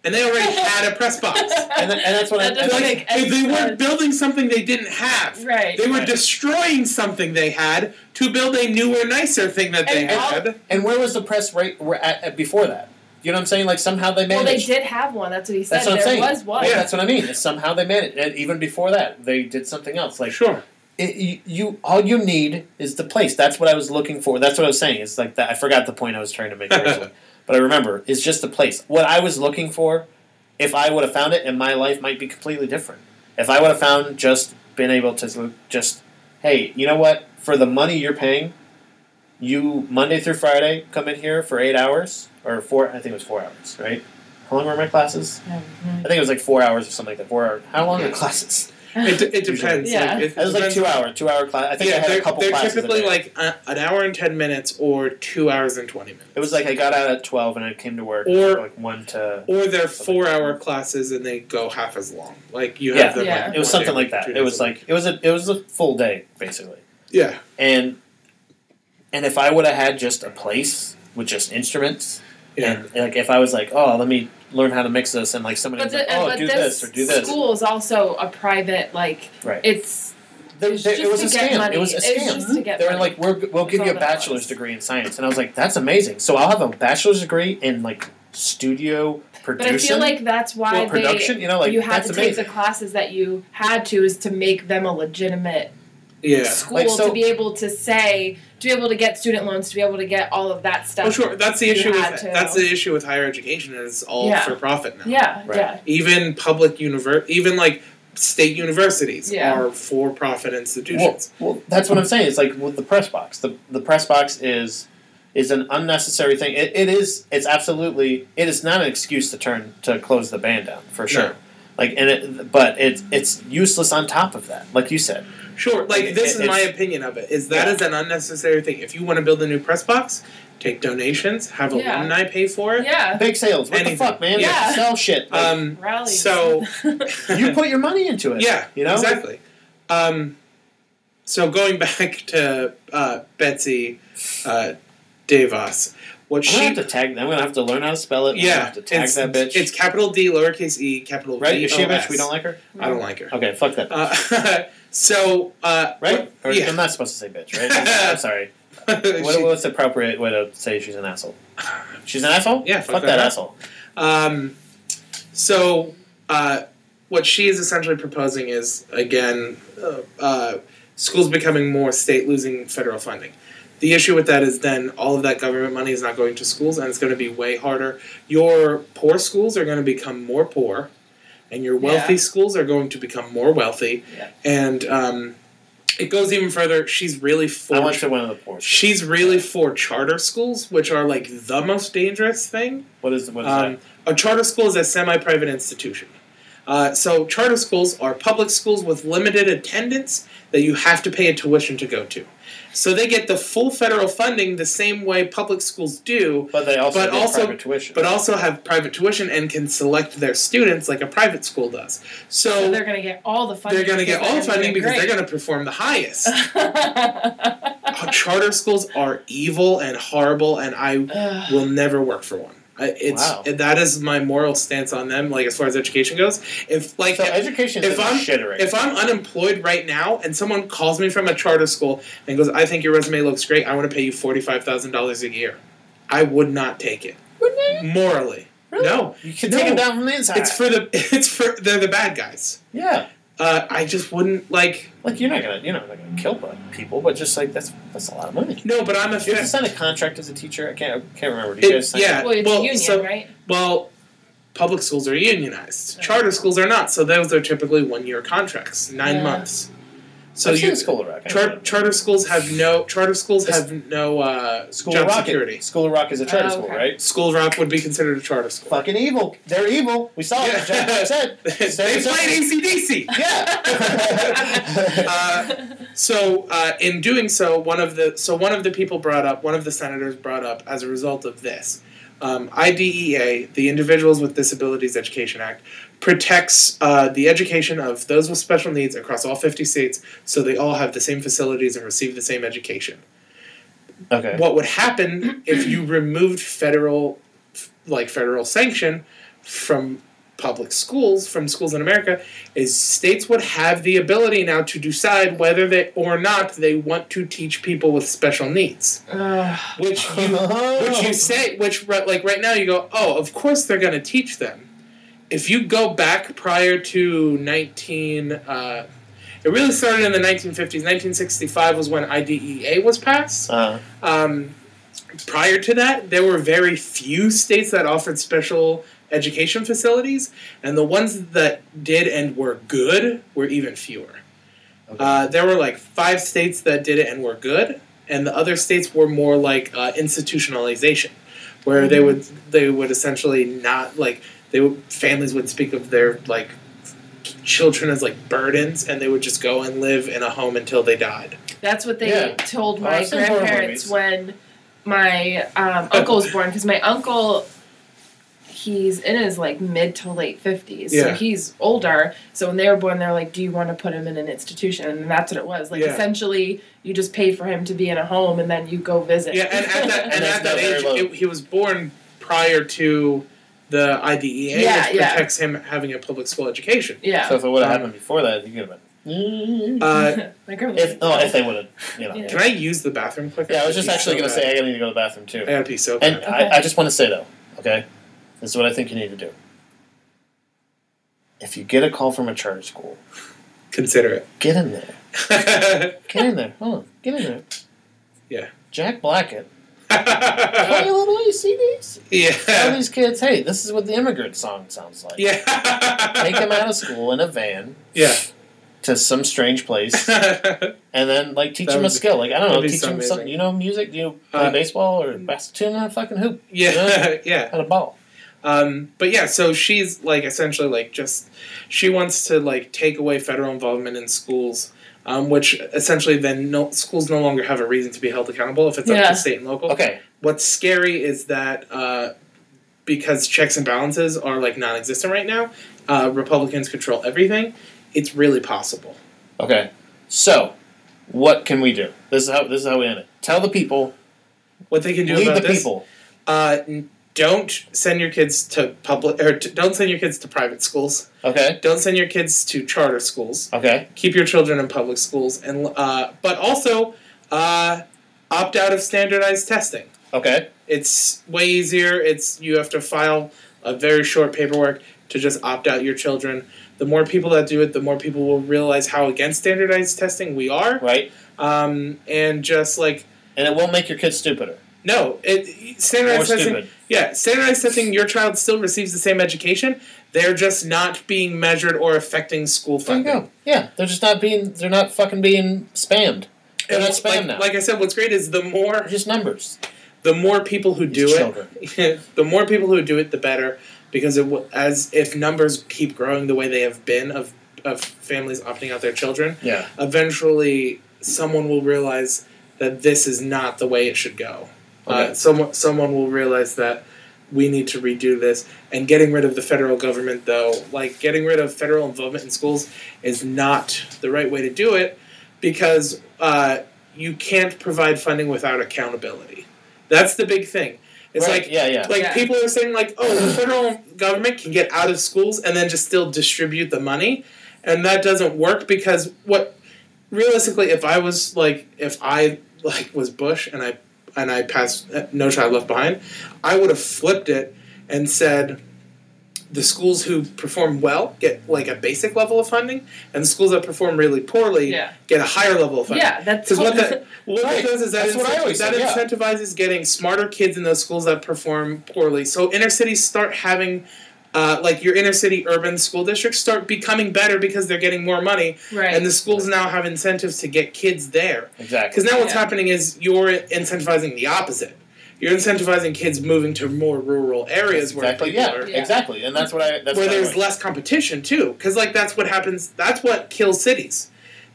and they already had a press box. And tha- and that's what I- That doesn't like, make They, any they weren't sense. building something they didn't have. Right. They were Right. destroying something they had to build a newer, nicer thing that they And all- had. And where was the press rate were at, at before that? You know what I'm saying? Like somehow they well, managed. they did have one. That's what he said. That's what I'm there saying. was one. Well, that's what I mean. It's somehow they managed. And even before that, they did something else. Like sure. it, you, you, all you need is the place. That's what I was looking for. That's what I was saying. It's like that. I forgot the point I was trying to make originally, but I remember. It's just the place. What I was looking for, if I would have found it, and my life might be completely different. If I would have found just been able to s- just, hey, you know what? For the money you're paying, you Monday through Friday come in here for eight hours or four. I think it was four hours, right? How long were my classes? I think it was like four hours or something like that. Four hours. How long are classes? It, *laughs* it depends. Yeah. Like, it, It was like depends- two hour, two hour class. I think yeah, I had they're, a couple they're classes. a typically day. like uh, an hour and 10 minutes or two hours and 20 minutes. it was like I got out at twelve and I came to work Or- like one to. Or they're four hour classes and they go half as long. Like you Yeah. have them. Yeah. Like, It was one day something a week, like that. two It days was a like it was a it was a full day basically. week. yeah. And and if I would have had just a place with just instruments, Yeah. and like if I was like, oh, let me learn how to mix this, and like somebody But, was the, like, and- oh, but do this, this, or do this, school is also a private, like, right? it's. There- It's there- just it was to a get scam. money. It was a It's scam. just to get they were money. like, we're, "We'll give all you a that was. bachelor's degree in science," and I was like, "That's amazing!" So I'll have a bachelor's degree in like studio But producing. I feel like that's why Well, production, they, you know, like, you had that's to amazing. take the classes that you had to, is to make them a legitimate Yeah. school Like, so- to be able to say, to be able to get student loans, to be able to get all of that stuff. Oh, sure. That's the You issue. had With, to. that's the issue with higher education. Is it's all Yeah. for profit now. Yeah, Right. yeah. Even public univer, even like state universities Yeah. are for profit well, institutions. well, that's what I'm saying. It's like with the press box. The the press box is is an unnecessary thing. It, it is. It's absolutely. It is not an excuse to turn to close the band down for sure. No. Like and it, but it's it's useless on top of that. Like you said, Sure, like Like, this it- is my it's- opinion of it. Is that Yeah. is an unnecessary thing? If you want to build a new press box, take donations, have Yeah. alumni pay for it. Yeah. big sales. What Anything. the fuck, man? Yeah. Sell shit. Like, Um, Rally. *laughs* So- *laughs* you put your money into *laughs* it. yeah, you know exactly. Um, so going *laughs* back to uh, Betsy uh, Davos, what I'm gonna she have to tag. I'm gonna have to learn how to spell it. I'm gonna yeah, have to tag it's, that bitch. It's capital D, lowercase e, capital right. V Is she a O S. bitch? We don't like her. I don't like her. Okay, fuck that. bitch. Uh, *laughs* so uh, right? what- Or, yeah. *laughs* I'm not supposed to say bitch, right? I'm sorry. What, She- what's the appropriate way to say she's an asshole? She's an asshole? Yeah, Fuck, that, up. asshole. Um, so, uh, what she is essentially proposing is again, uh, uh, schools becoming more state losing federal funding. The issue with that is then all of that government money is not going to schools, and it's going to be way harder. Your poor schools are going to become more poor, and your wealthy Yeah. schools are going to become more wealthy. Yeah. And um, it goes even further. She's really for I went to one of the poor. schools. she's really for charter schools, which are like the most dangerous thing. What is what is Um, a charter school is a semi-private institution. Uh, so charter schools are public schools with limited attendance that you have to pay a tuition to go to. So they get the full federal funding the same way public schools do, that? But they also but get also- private tuition. but also have private tuition and can select their students like a private school does. So, So they're, they're going to get all the funding. going to get all the funding because they're going going to perform the highest. Uh, to. charter schools are evil and horrible, and I will never work for one. I, it's Wow. that is my moral stance on them. Like as far as education goes, if like so if, education if is I'm- shittery. if I'm unemployed right now and someone calls me from a charter school and goes, "I think your resume looks great. I want to pay you forty five thousand dollars a year," I would not take it morally. Really? No, you can No. take it down from the inside. it's for the *laughs* it's for they're the bad guys. yeah. Uh, I just wouldn't like Like you're not gonna you're not gonna kill bu- people, but just like that's that's a lot of money. no, but I'm a You have to fan. sign a contract as a teacher. I can't I can't remember. Do you It- guys sign yeah. well, it's Well, union, so- right? Well, public schools are unionized. Yeah. Charter schools are not, so those are typically one year contracts, nine Yeah. months. So So you you school of rock. I Char- remember. charter schools have no charter schools It's- have no uh, School job of Rock. security. School of Rock is a charter Oh, school, okay. right? School Rock would be considered a charter school. Fucking evil. They're evil. We saw Yeah. it. Jack said. *laughs* they played ACDC. Yeah. Uh, so uh, in doing so, one of the so one of the people brought up, one of the senators brought up as a result of this, um, IDEA, the Individuals with Disabilities Education Act, protects uh, the education of those with special needs across all 50 states, so they all have the same facilities and receive the same education. Okay. what would happen if you removed federal like federal sanction from public schools from schools in america is states would have the ability now to decide whether they or not they want to teach people with special needs Ugh. which you which you say which right- like right now you go oh of course they're going to teach them if you go back prior to 19 uh, it really started in the 1950s 1965 was when idea was passed Uh, um, prior to that, there were very few states that offered special education facilities, and the ones that did and were good were even fewer. Uh, there were like five states that did it and were good, and the other states were more like uh, institutionalization, where they would they would essentially not like they would, families would speak of their like children as like burdens, and they would just go and live in a home until they died. That's what they Yeah. told Oh, my I've seen horror grandparents movies. when my um, *laughs* uncle was born. Because my uncle, he's in his like mid to late fifties, so Yeah. he's older. So when they were born, they're like, "Do you want to put him in an institution?" And that's what it was. Like Yeah. essentially, you just pay for him to be in a home, and then you go visit. Yeah, and at *laughs* that, and that's at that not very age, low. it, he was born prior to the IDEA, Yeah, which yeah. protects him having a public school education. *laughs* yeah. So if it would have happened before that, he could have been. Uh, *laughs* my grandma. if no, if they would have, you know. Yeah. can I use the bathroom quicker? Yeah, I was just He's actually so going to bad. say I need to go to the bathroom too. I gotta pee so And bad. Okay. I, I just want to say though, okay, this is what I think you need to do. If you get a call from a charter school, Consider get in there. it. *laughs* Get in there. Hold on. Get in there. Yeah. *laughs* Jack Blackett. Hey, little, you see these? Tell yeah. these kids, hey, this is what the immigrant song sounds like. Take them *laughs* Yeah. out of school in a van *laughs* Yeah. *laughs* to some strange place, and then like teach That them would a be- skill. Like I don't that'd know, be teach so them something. amazing. You know, music. Do you play Uh, baseball or basketball? Tune on a fucking hoop. *laughs* yeah. Yeah. At a ball. Um, but yeah, so she's like essentially like just she wants to like take away federal involvement in schools, um, which essentially then no, schools no longer have a reason to be held accountable if it's up Yeah. to state and local. Okay. What's scary is that uh, because checks and balances are like non-existent right now, uh, Republicans control everything. It's really possible. Okay. So, what can we do? This is how this is how we end it. Tell the people. What they can do Lead about the this? people. Uh, n- don't send your kids to public or to, don't send your kids to private schools. Okay. Don't send your kids to charter schools. Okay. keep your children in public schools and uh, but also uh, opt out of standardized testing Okay. it's way easier it's you have to file a very short paperwork to just opt out your children the more people that do it the more people will realize how against standardized testing we are Right. um, and just like And it won't make your kids stupider. no it, More standardized testing stupid. yeah standardized testing your child still receives the same education they're just not being measured or affecting school There you funding go. Yeah, they're just not being. They're not fucking being spammed. They're And like- not spam now. like i said what's great is the more They're just numbers. the more people who do These it, *laughs* the more people who do it, the better. Because it, w- as if numbers keep growing the way they have been of of families opting out their children, Yeah. eventually someone will realize that this is not the way it should go. Okay. Uh, someone someone will realize that we need to redo this. And getting rid of the federal government, though, like getting rid of federal involvement in schools, is not the right way to do it because uh, you can't provide funding without accountability. That's the big thing. It's Right, like yeah, yeah. like Yeah. people are saying like, oh, *sighs* the federal government can get out of schools and then just still distribute the money, and that doesn't work because what realistically, if I was like, if I like was Bush and I and I passed uh, No Child Left Behind, I would have flipped it and said. The schools who perform well get like a basic level of funding, and the schools that perform really poorly Yeah. get a higher level of funding. yeah, that's Because what *laughs* that what Right. that does is that, That's what I incent- always that said, yeah. incentivizes getting smarter kids in those schools that perform poorly. So inner cities start having, uh, like your inner city urban school districts start becoming better because they're getting more money, right. and the schools now have incentives to get kids there. Exactly. Because now what's Yeah. happening is you're incentivizing the opposite. You're incentivizing kids moving to more rural areas where Exactly. people Yeah, are, Yeah. Exactly. And that's what I. That's where what I there's like. less competition too because like that's what happens that's what kills cities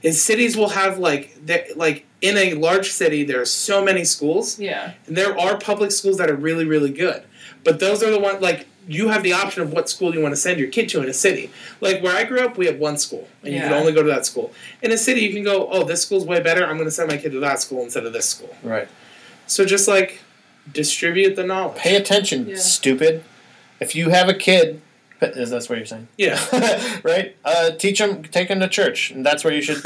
is cities will have like they're- like in a large city there are so many schools yeah, and there are public schools that are really really good but those are the ones like you have the option of what school you want to send your kid to in a city like where i grew up we had one school and you could Yeah. only go to that school in a city you can go oh this school's way better i'm going to send my kid to that school instead of this school Right. So just like distribute the knowledge. Pay attention, Yeah. stupid. If you have a kid, *laughs* is that's what you're saying? yeah. *laughs* right? Uh, teach them, take them to church, and that's where you should.